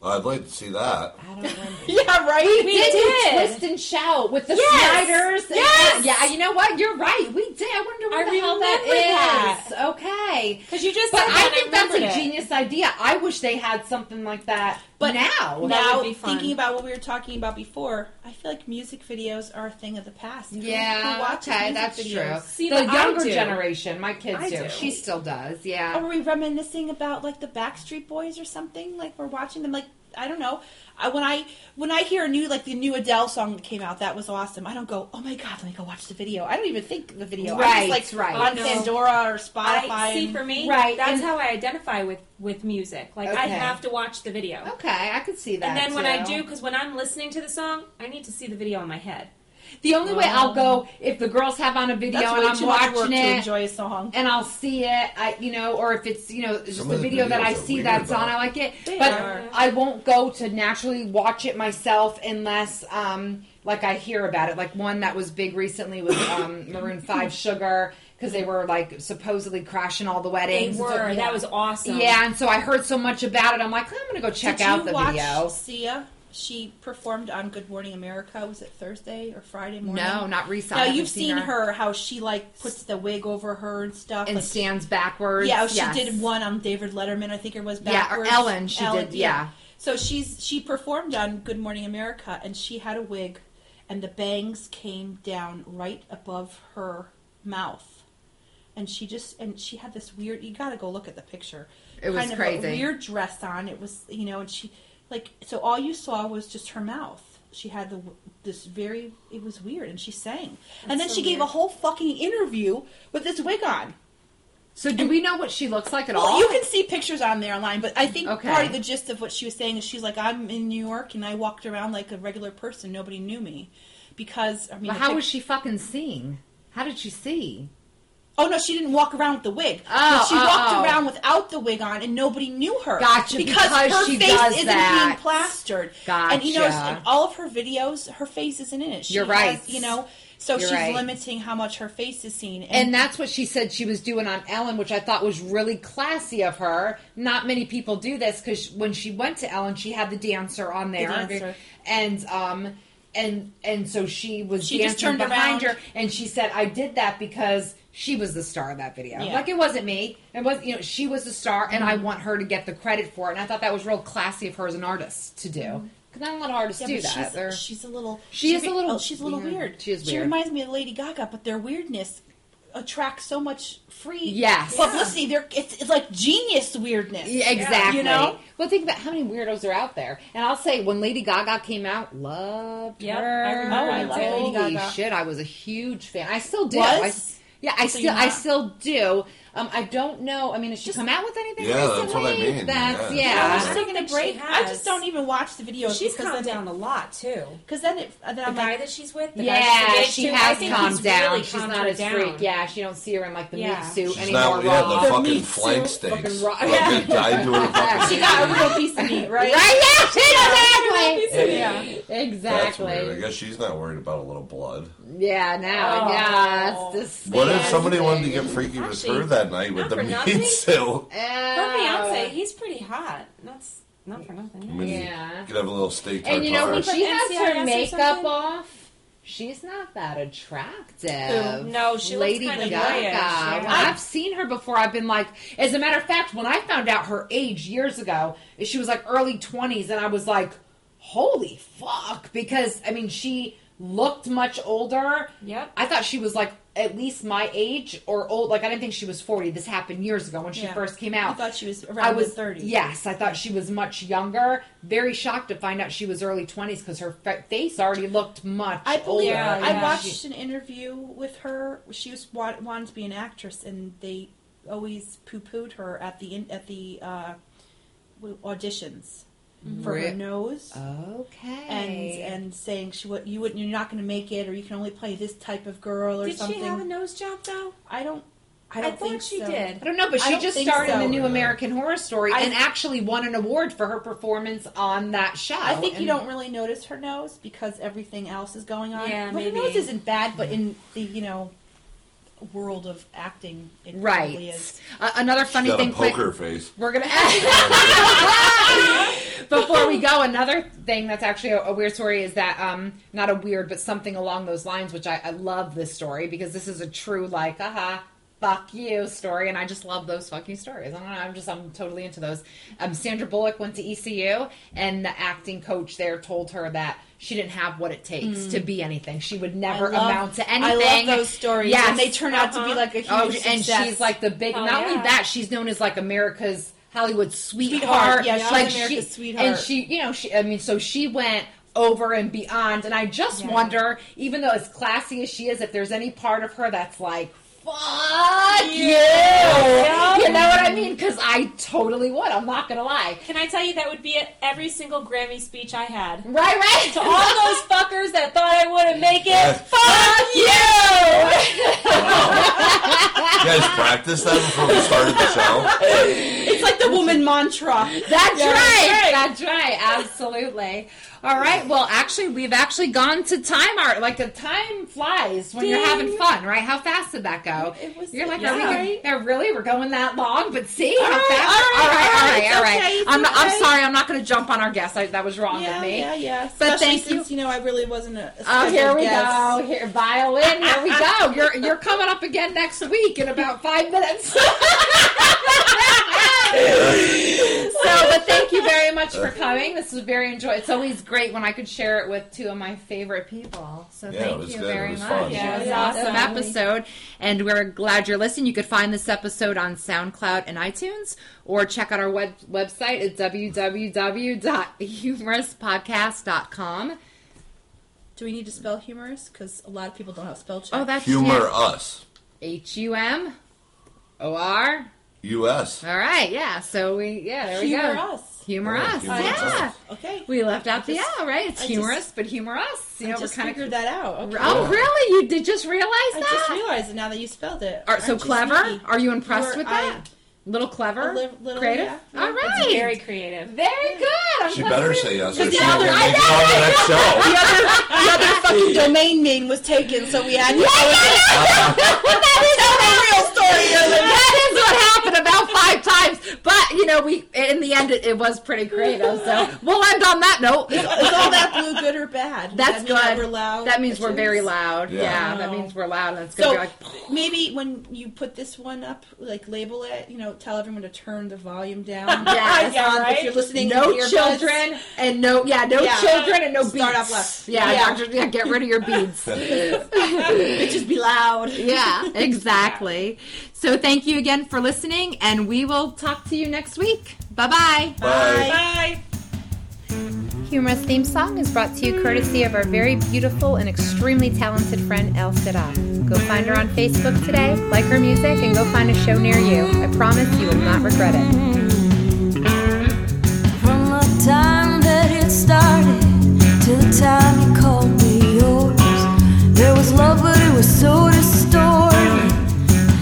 Speaker 2: I'd like to see that.
Speaker 1: I don't remember.
Speaker 5: Yeah, right.
Speaker 3: We
Speaker 1: did,
Speaker 3: did.
Speaker 1: do twist and shout with the
Speaker 3: Yes.
Speaker 1: Snyders. and-
Speaker 3: Yes.
Speaker 1: yeah, you know what? You're right. We did. I wonder
Speaker 3: I
Speaker 1: what the hell that is.
Speaker 3: remember
Speaker 1: Okay.
Speaker 3: Because you just
Speaker 1: But
Speaker 3: said
Speaker 1: I
Speaker 3: that,
Speaker 1: think that's
Speaker 3: remembered
Speaker 1: a
Speaker 3: it.
Speaker 1: genius idea. I wish they had something like that
Speaker 5: But
Speaker 1: now.
Speaker 3: That
Speaker 5: now
Speaker 3: would be fun.
Speaker 5: thinking about what we were talking about before, I feel like music videos are a thing of the past. Who- who
Speaker 1: yeah,
Speaker 5: watches
Speaker 1: okay,
Speaker 5: music
Speaker 1: that's
Speaker 5: videos?
Speaker 1: true.
Speaker 3: See,
Speaker 1: the
Speaker 3: but I
Speaker 1: younger
Speaker 3: do.
Speaker 1: generation, my kids
Speaker 3: I
Speaker 1: do.
Speaker 3: do.
Speaker 1: She still does,
Speaker 5: Or
Speaker 1: yeah.
Speaker 5: were we reminiscing about like the Backstreet Boys or something? Like we're watching them. Like I don't know. I, when I when I hear a new like the new Adele song that came out, that was awesome. I don't go, oh my god, let me go watch the video. I don't even think the video.
Speaker 1: Right,
Speaker 5: I'm just, like
Speaker 1: right.
Speaker 5: on
Speaker 3: Oh, no.
Speaker 5: Pandora or Spotify.
Speaker 3: I see.
Speaker 5: and-
Speaker 3: For me,
Speaker 1: Right, and-
Speaker 3: That's how I identify with with music. Like I
Speaker 1: Okay.
Speaker 3: have to watch the video,
Speaker 1: Okay, I could see that.
Speaker 3: and then when I
Speaker 1: too.
Speaker 3: do, because when I'm listening to the song, I need to see the video in my head.
Speaker 1: the only way I'll go if the girls have on a video
Speaker 5: that's
Speaker 1: and
Speaker 5: way
Speaker 1: I'm
Speaker 5: too much work
Speaker 1: watching
Speaker 5: to
Speaker 1: it,
Speaker 5: enjoy a song.
Speaker 1: and I'll see it, I, you know, or if it's, you know, it's just
Speaker 2: Some
Speaker 1: a
Speaker 2: of the
Speaker 1: video that
Speaker 2: videos
Speaker 1: I
Speaker 2: are
Speaker 1: see
Speaker 2: weird,
Speaker 1: that's
Speaker 2: though.
Speaker 1: on, I like it.
Speaker 5: They
Speaker 1: but
Speaker 5: are.
Speaker 1: I won't go to naturally watch it myself unless, um, like, I hear about it. Like, one that was big recently was um, Maroon 5 Sugar, because they were, like, supposedly crashing all the
Speaker 3: They
Speaker 1: weddings.
Speaker 3: were. That was awesome.
Speaker 1: Yeah, and so I heard so much about it, I'm like, I'm going to go check
Speaker 5: Did
Speaker 1: out
Speaker 5: you
Speaker 1: the
Speaker 5: watch
Speaker 1: video.
Speaker 5: Sia? She performed on Good Morning America. Was it Thursday or Friday morning?
Speaker 1: No, not recently.
Speaker 5: Now you've seen her. how she like puts the wig over her and stuff.
Speaker 1: And
Speaker 5: like,
Speaker 1: stands backwards.
Speaker 5: yeah, oh, she
Speaker 1: Yes.
Speaker 5: did one on David Letterman. I think it was
Speaker 1: Yeah, or
Speaker 5: backwards.
Speaker 1: Ellen, she did, yeah.
Speaker 5: So she's she performed on Good Morning America, and she had a wig, and the bangs came down right above her mouth, and she just and she had this weird. You got to go look at the picture.
Speaker 1: It was
Speaker 5: kind Of a
Speaker 1: crazy.
Speaker 5: weird dress on. It was you know, and she like so all you saw was just her mouth. She had the this very it was weird, and she sang, and then
Speaker 3: so
Speaker 5: she gave a
Speaker 3: weird.
Speaker 5: whole fucking interview with this wig on.
Speaker 1: So do we know what she looks like at
Speaker 5: Well,
Speaker 1: all?
Speaker 5: you can see pictures on there online, but I think
Speaker 1: Okay.
Speaker 5: part of the gist of what she was saying is she's like, I'm in New York and I walked around like a regular person. Nobody knew me because I mean,
Speaker 1: But
Speaker 5: the
Speaker 1: how
Speaker 5: pic-
Speaker 1: was she fucking seeing? How did she see?
Speaker 5: Oh no, she didn't walk around with the wig.
Speaker 1: Oh,
Speaker 5: But she
Speaker 1: oh,
Speaker 5: walked
Speaker 1: oh.
Speaker 5: around without the wig on, and nobody knew her.
Speaker 1: Gotcha,
Speaker 5: Because,
Speaker 1: because
Speaker 5: her
Speaker 1: she
Speaker 5: face
Speaker 1: does
Speaker 5: isn't
Speaker 1: that.
Speaker 5: being plastered. And you know,
Speaker 1: Gotcha.
Speaker 5: in all of her videos, her face isn't in it. She
Speaker 1: You're right.
Speaker 5: Has, you know, so
Speaker 1: You're
Speaker 5: she's
Speaker 1: right.
Speaker 5: limiting how much her face is seen.
Speaker 1: And that's what she said she was doing on Ellen, which I thought was really classy of her. Not many people do this because when she went to Ellen, she had the dancer on there,
Speaker 5: dancer.
Speaker 1: and um, and and so she was
Speaker 5: She just
Speaker 1: dancing
Speaker 5: turned
Speaker 1: behind
Speaker 5: around.
Speaker 1: her, and she said, "I did that because." She was the star of that video.
Speaker 5: Yeah.
Speaker 1: Like it wasn't me. It was you know she was the star, and I want her to get the credit for it. And I thought that was real classy of her as an artist to do. Because not a lot of artists
Speaker 5: Yeah,
Speaker 1: do
Speaker 5: but
Speaker 1: that.
Speaker 5: She's,
Speaker 1: They're-
Speaker 5: she's a little.
Speaker 1: She is a little
Speaker 5: oh, she's a little
Speaker 1: weird.
Speaker 5: weird.
Speaker 1: She is
Speaker 5: She
Speaker 1: weird.
Speaker 5: reminds me of Lady Gaga, but their weirdness attracts so much free
Speaker 1: Yes.
Speaker 5: publicity. They're it's, it's like genius weirdness.
Speaker 1: Yeah, exactly.
Speaker 5: You know?
Speaker 1: Well, think about how many weirdos are out there. And I'll say, when Lady Gaga came out, loved
Speaker 3: Yep, I
Speaker 1: her.
Speaker 3: remember
Speaker 5: I loved
Speaker 1: Holy
Speaker 5: Lady Gaga.
Speaker 1: shit, I was a huge fan. I still do.
Speaker 5: Was?
Speaker 1: I, yeah, I
Speaker 5: So
Speaker 1: still,
Speaker 5: you're
Speaker 1: I
Speaker 5: not-
Speaker 1: still do. Um, I don't know. I mean, has she come out with anything?
Speaker 2: Yeah, that's
Speaker 1: recently?
Speaker 2: what I mean,
Speaker 1: That's
Speaker 2: yeah.
Speaker 5: I'm
Speaker 1: yeah.
Speaker 5: just
Speaker 3: I don't
Speaker 5: taking a
Speaker 3: think she
Speaker 5: break. I
Speaker 3: has.
Speaker 5: just don't even watch the videos.
Speaker 3: she's
Speaker 5: because
Speaker 3: calmed
Speaker 5: then,
Speaker 3: down a lot too.
Speaker 5: Because then it then
Speaker 3: The
Speaker 5: I'm
Speaker 3: guy
Speaker 5: like,
Speaker 3: that she's with, the guy she's
Speaker 1: Yeah,
Speaker 3: engaged
Speaker 1: she
Speaker 3: to, I
Speaker 1: has
Speaker 3: think
Speaker 1: calmed
Speaker 3: he's
Speaker 1: down.
Speaker 3: Really
Speaker 1: She's
Speaker 3: calmed
Speaker 1: not
Speaker 3: her
Speaker 1: as
Speaker 3: down.
Speaker 1: freak. Yeah, she don't see her in like the
Speaker 3: Yeah.
Speaker 1: meat suit
Speaker 2: She's
Speaker 1: anymore.
Speaker 2: not yeah,
Speaker 1: raw.
Speaker 2: the fucking
Speaker 5: meat
Speaker 2: flank
Speaker 5: suit,
Speaker 2: steaks.
Speaker 1: fucking raw-
Speaker 2: Fucking
Speaker 1: Yeah.
Speaker 2: guy doing a fucking
Speaker 5: she got a real piece of meat, right?
Speaker 1: Right? Yeah, she does
Speaker 3: He's-
Speaker 1: exactly.
Speaker 3: yeah.
Speaker 1: Yeah,
Speaker 2: That's
Speaker 1: Exactly.
Speaker 2: weird. I guess she's not worried about a little blood.
Speaker 1: Yeah, now,
Speaker 3: Oh.
Speaker 1: yeah, it's disgusting.
Speaker 2: What if somebody wanted to get freaky with
Speaker 3: Actually,
Speaker 2: her that night with
Speaker 3: not
Speaker 2: the
Speaker 3: for nothing.
Speaker 2: meat suit?
Speaker 3: Her fiance,
Speaker 1: Oh.
Speaker 3: he's pretty hot. That's not for
Speaker 2: I
Speaker 3: nothing.
Speaker 2: mean,
Speaker 1: Yeah.
Speaker 2: you could have a little steak
Speaker 1: And you know,
Speaker 2: tartare.
Speaker 1: when she has her
Speaker 3: NCIS or
Speaker 1: makeup
Speaker 3: something?
Speaker 1: off, she's not that attractive.
Speaker 3: Who? No, she looks
Speaker 1: Lady
Speaker 3: kinda
Speaker 1: Gaga.
Speaker 3: boyish, yeah.
Speaker 1: I've seen her before. I've been like, as a matter of fact, when I found out her age years ago, she was like early 20s, and I was like, holy fuck. Because, I mean, she looked much older.
Speaker 3: Yep.
Speaker 1: I thought she was like at least my age or old. Like, I didn't think she was 40. This happened years ago when she
Speaker 5: Yeah.
Speaker 1: first came
Speaker 5: I
Speaker 1: out.
Speaker 5: thought she was around
Speaker 1: I was
Speaker 5: thirty.
Speaker 1: Yes, I thought she was much younger. Very shocked to find out she was early twenties because her fa- face already looked much
Speaker 5: I believe.
Speaker 1: older.
Speaker 3: Yeah,
Speaker 5: I
Speaker 3: yeah.
Speaker 5: watched an interview with her. She was wa- wanted to be an actress, and they always poo pooed her at the in, at the uh, w- auditions for her
Speaker 1: Re-
Speaker 5: nose.
Speaker 1: Okay.
Speaker 5: and and uh, saying she would you wouldn't you're not going to make it or you can only play this type of girl or
Speaker 3: Did
Speaker 5: something.
Speaker 3: she have a nose job though?
Speaker 5: I don't. I don't
Speaker 3: thought
Speaker 5: think
Speaker 3: she
Speaker 5: so.
Speaker 1: I
Speaker 3: did.
Speaker 1: don't know, but
Speaker 5: I
Speaker 1: she
Speaker 5: don't
Speaker 1: just
Speaker 5: think
Speaker 1: starred in
Speaker 5: so.
Speaker 1: the new American Horror Story
Speaker 5: I-
Speaker 1: and actually won an award for her performance on that show.
Speaker 5: I think you
Speaker 1: Oh, And-
Speaker 5: don't really notice her nose because everything else is going on.
Speaker 3: Yeah,
Speaker 5: well, her nose
Speaker 3: maybe.
Speaker 5: isn't bad, but in the you know world of acting, it
Speaker 1: Right.
Speaker 5: probably is.
Speaker 1: A- another funny
Speaker 2: She's got
Speaker 1: thing.
Speaker 2: a
Speaker 1: quick-
Speaker 2: poker face.
Speaker 1: We're gonna. Before we go, another thing that's actually a, a weird story is that um, not a weird, but something along those lines. Which I, I love this story because this is a true like, aha, fuck you story, and I just love those fucking stories. I don't know. I'm just I'm totally into those. Um, Sandra Bullock went to ECU, and the acting coach there told her that. She didn't have what it takes to be anything. She would never
Speaker 5: Hmm. I love-
Speaker 1: amount to
Speaker 5: I
Speaker 1: anything.
Speaker 5: love those stories.
Speaker 1: Yes.
Speaker 5: and they turn out to be
Speaker 3: Uh-huh.
Speaker 5: like a huge
Speaker 1: Oh, and
Speaker 5: success.
Speaker 1: she's like the big.
Speaker 3: Oh,
Speaker 1: not only
Speaker 3: yeah.
Speaker 1: that, she's known as like America's Hollywood sweetheart.
Speaker 5: Sweetheart, yeah, she's
Speaker 1: like
Speaker 5: America's
Speaker 1: she,
Speaker 5: sweetheart.
Speaker 1: And she, you know, she. I mean, so she went over and beyond. And I just
Speaker 5: Yeah.
Speaker 1: wonder, even though as classy as she is, if there's any part of her that's like. Fuck you! You know what I mean? Because I totally would. I'm not gonna lie.
Speaker 3: Can I tell you that would be at every single Grammy speech I had?
Speaker 5: Mm.
Speaker 1: Right, right.
Speaker 3: to all those fuckers that thought I wouldn't make it.
Speaker 2: Yeah.
Speaker 3: Fuck you!
Speaker 2: You guys practiced that before we started the show?
Speaker 5: it's like the woman mantra.
Speaker 1: That's
Speaker 5: Yeah,
Speaker 1: right. That's right. Absolutely. All right. Well, actually, we've actually gone to time art. Like the time flies when you're having fun, right? How fast did that go?
Speaker 5: It was-
Speaker 1: You're like,
Speaker 5: yeah.
Speaker 1: are we?
Speaker 5: Right.
Speaker 1: Yeah, really? We're going that long? But see
Speaker 5: All
Speaker 1: how
Speaker 5: right,
Speaker 1: fast?
Speaker 5: all right, all right,
Speaker 1: all
Speaker 5: okay,
Speaker 1: right.
Speaker 5: it's
Speaker 1: I'm, I'm
Speaker 5: okay.
Speaker 1: sorry. I'm not going to jump on our guest. I, that was wrong
Speaker 5: Yeah,
Speaker 1: of me.
Speaker 5: yeah, yeah.
Speaker 1: But
Speaker 5: Especially
Speaker 1: thank you.
Speaker 5: since, you know, I really wasn't a. a
Speaker 1: Oh, here we
Speaker 5: guest.
Speaker 1: go. Here, violin. Here we go. You're you're coming up again next week in about five minutes. so, but thank you very much for coming. This was very enjoy. It's always great when I could share it with two of my favorite people. So
Speaker 2: Yeah, it
Speaker 1: thank
Speaker 2: was
Speaker 1: you
Speaker 2: good. It
Speaker 1: very
Speaker 2: was
Speaker 1: much.
Speaker 2: fun.
Speaker 1: it
Speaker 3: Yeah, it
Speaker 1: was an
Speaker 3: was
Speaker 1: awesome
Speaker 3: awesome.
Speaker 1: episode, and we're glad you're listening. You could find this episode on SoundCloud and iTunes, or check out our web- website at www.humourouspodcast.com.
Speaker 5: Do we need to spell humorous? Because a lot of people don't have spell check.
Speaker 1: Oh, that's
Speaker 2: Humor
Speaker 1: next.
Speaker 2: us.
Speaker 1: H U M O R.
Speaker 2: U.S.
Speaker 1: All right, yeah. So we, yeah, there we
Speaker 5: humor
Speaker 1: go.
Speaker 5: us.
Speaker 1: Humor
Speaker 2: Yeah,
Speaker 1: us,
Speaker 2: humor
Speaker 1: yeah.
Speaker 2: us.
Speaker 5: Okay.
Speaker 1: We left out the
Speaker 5: I just-
Speaker 1: L, right? It's
Speaker 5: I just-
Speaker 1: humorous, but humor us. You
Speaker 5: I
Speaker 1: know, we're
Speaker 5: just
Speaker 1: kind
Speaker 5: figured
Speaker 1: of.
Speaker 5: that out. Okay.
Speaker 1: Oh, really? You did just realize
Speaker 5: I
Speaker 1: that?
Speaker 5: just realized it now that you spelled it.
Speaker 1: All right, so
Speaker 5: Aren't you
Speaker 1: clever.
Speaker 5: sneaky?
Speaker 1: Are you impressed
Speaker 5: You're-
Speaker 1: with
Speaker 5: I-
Speaker 1: that? little clever,
Speaker 5: A li- little,
Speaker 1: creative.
Speaker 5: yeah.
Speaker 1: All right,
Speaker 3: It's very creative.
Speaker 1: very good. I'm
Speaker 2: She
Speaker 1: glad
Speaker 2: better
Speaker 1: we-
Speaker 2: say yes or
Speaker 5: Because
Speaker 2: she's
Speaker 5: the
Speaker 2: not
Speaker 5: other-
Speaker 2: going to
Speaker 5: I
Speaker 2: make it on the next show.
Speaker 5: The other, the other fucking domain name was taken, so we had to.
Speaker 1: that is
Speaker 5: story, Ellen.
Speaker 1: That is what happened about five times. But you know, we in the end it, it was pretty creative. So we'll end on that note.
Speaker 5: Is all that blue good or bad? Does
Speaker 1: That's
Speaker 5: that mean
Speaker 1: good.
Speaker 5: That we're loud.
Speaker 1: That means we're very loud. Yeah,
Speaker 2: Yeah.
Speaker 1: that
Speaker 5: Wow.
Speaker 1: means we're loud, and it's gonna
Speaker 5: So
Speaker 1: be like.
Speaker 5: maybe when you put this one up, like label it. You know, tell everyone to turn the volume down.
Speaker 1: Yes.
Speaker 3: Yeah,
Speaker 5: on
Speaker 3: right?
Speaker 5: If you're listening,
Speaker 1: No
Speaker 5: in earbuds.
Speaker 1: children and no yeah no
Speaker 5: Yeah.
Speaker 1: children and no beats.
Speaker 5: Start off left.
Speaker 1: Yeah,
Speaker 5: Yeah.
Speaker 1: Doctor, yeah, get rid of your beads.
Speaker 5: Bitches be loud.
Speaker 1: yeah, exactly. So thank you again for listening, and we will talk to you next week. Bye bye.
Speaker 2: Bye.
Speaker 3: Bye.
Speaker 1: Humorous theme song is brought to you courtesy of our very beautiful and extremely talented friend El Sida. Go find her on Facebook today, like her music, and go find a show near you. I promise you will not regret it.
Speaker 7: From the time that it started to the time you called me yours, there was love, but it was so distorted.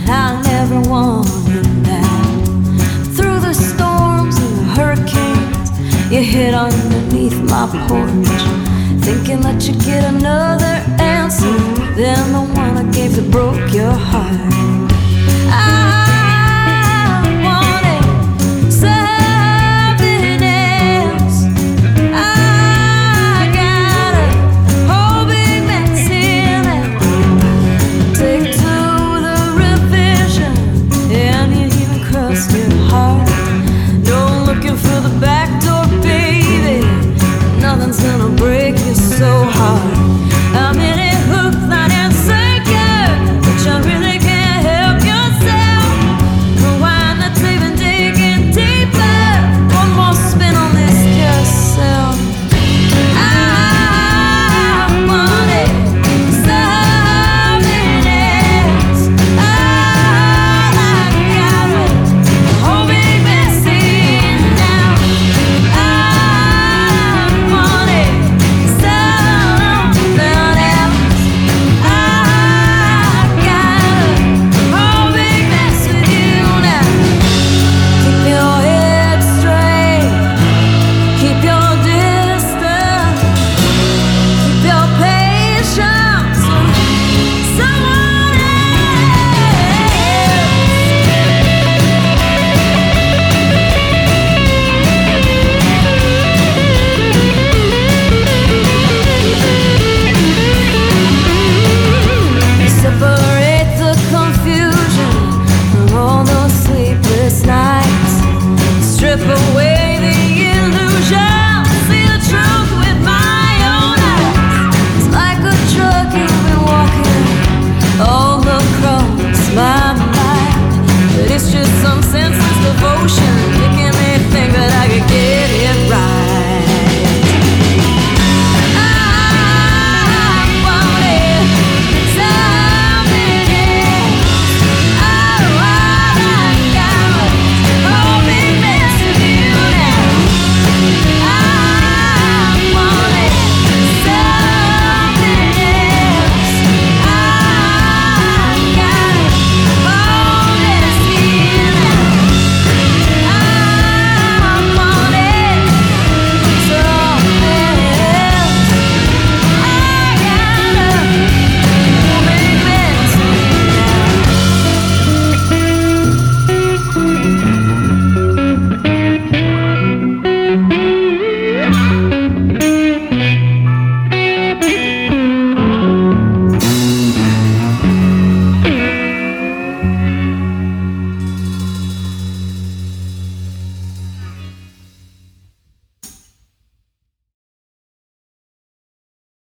Speaker 7: I never wanted that. Through the storms and the hurricanes, you hid underneath my porch. Think thought you'd get another answer than the one I gave that broke your heart. I wanted something else. I got a whole big mess in it. Take to the revision, and you even crossed your heart. No looking for the back door, baby. Nothing's gonna break you so hard.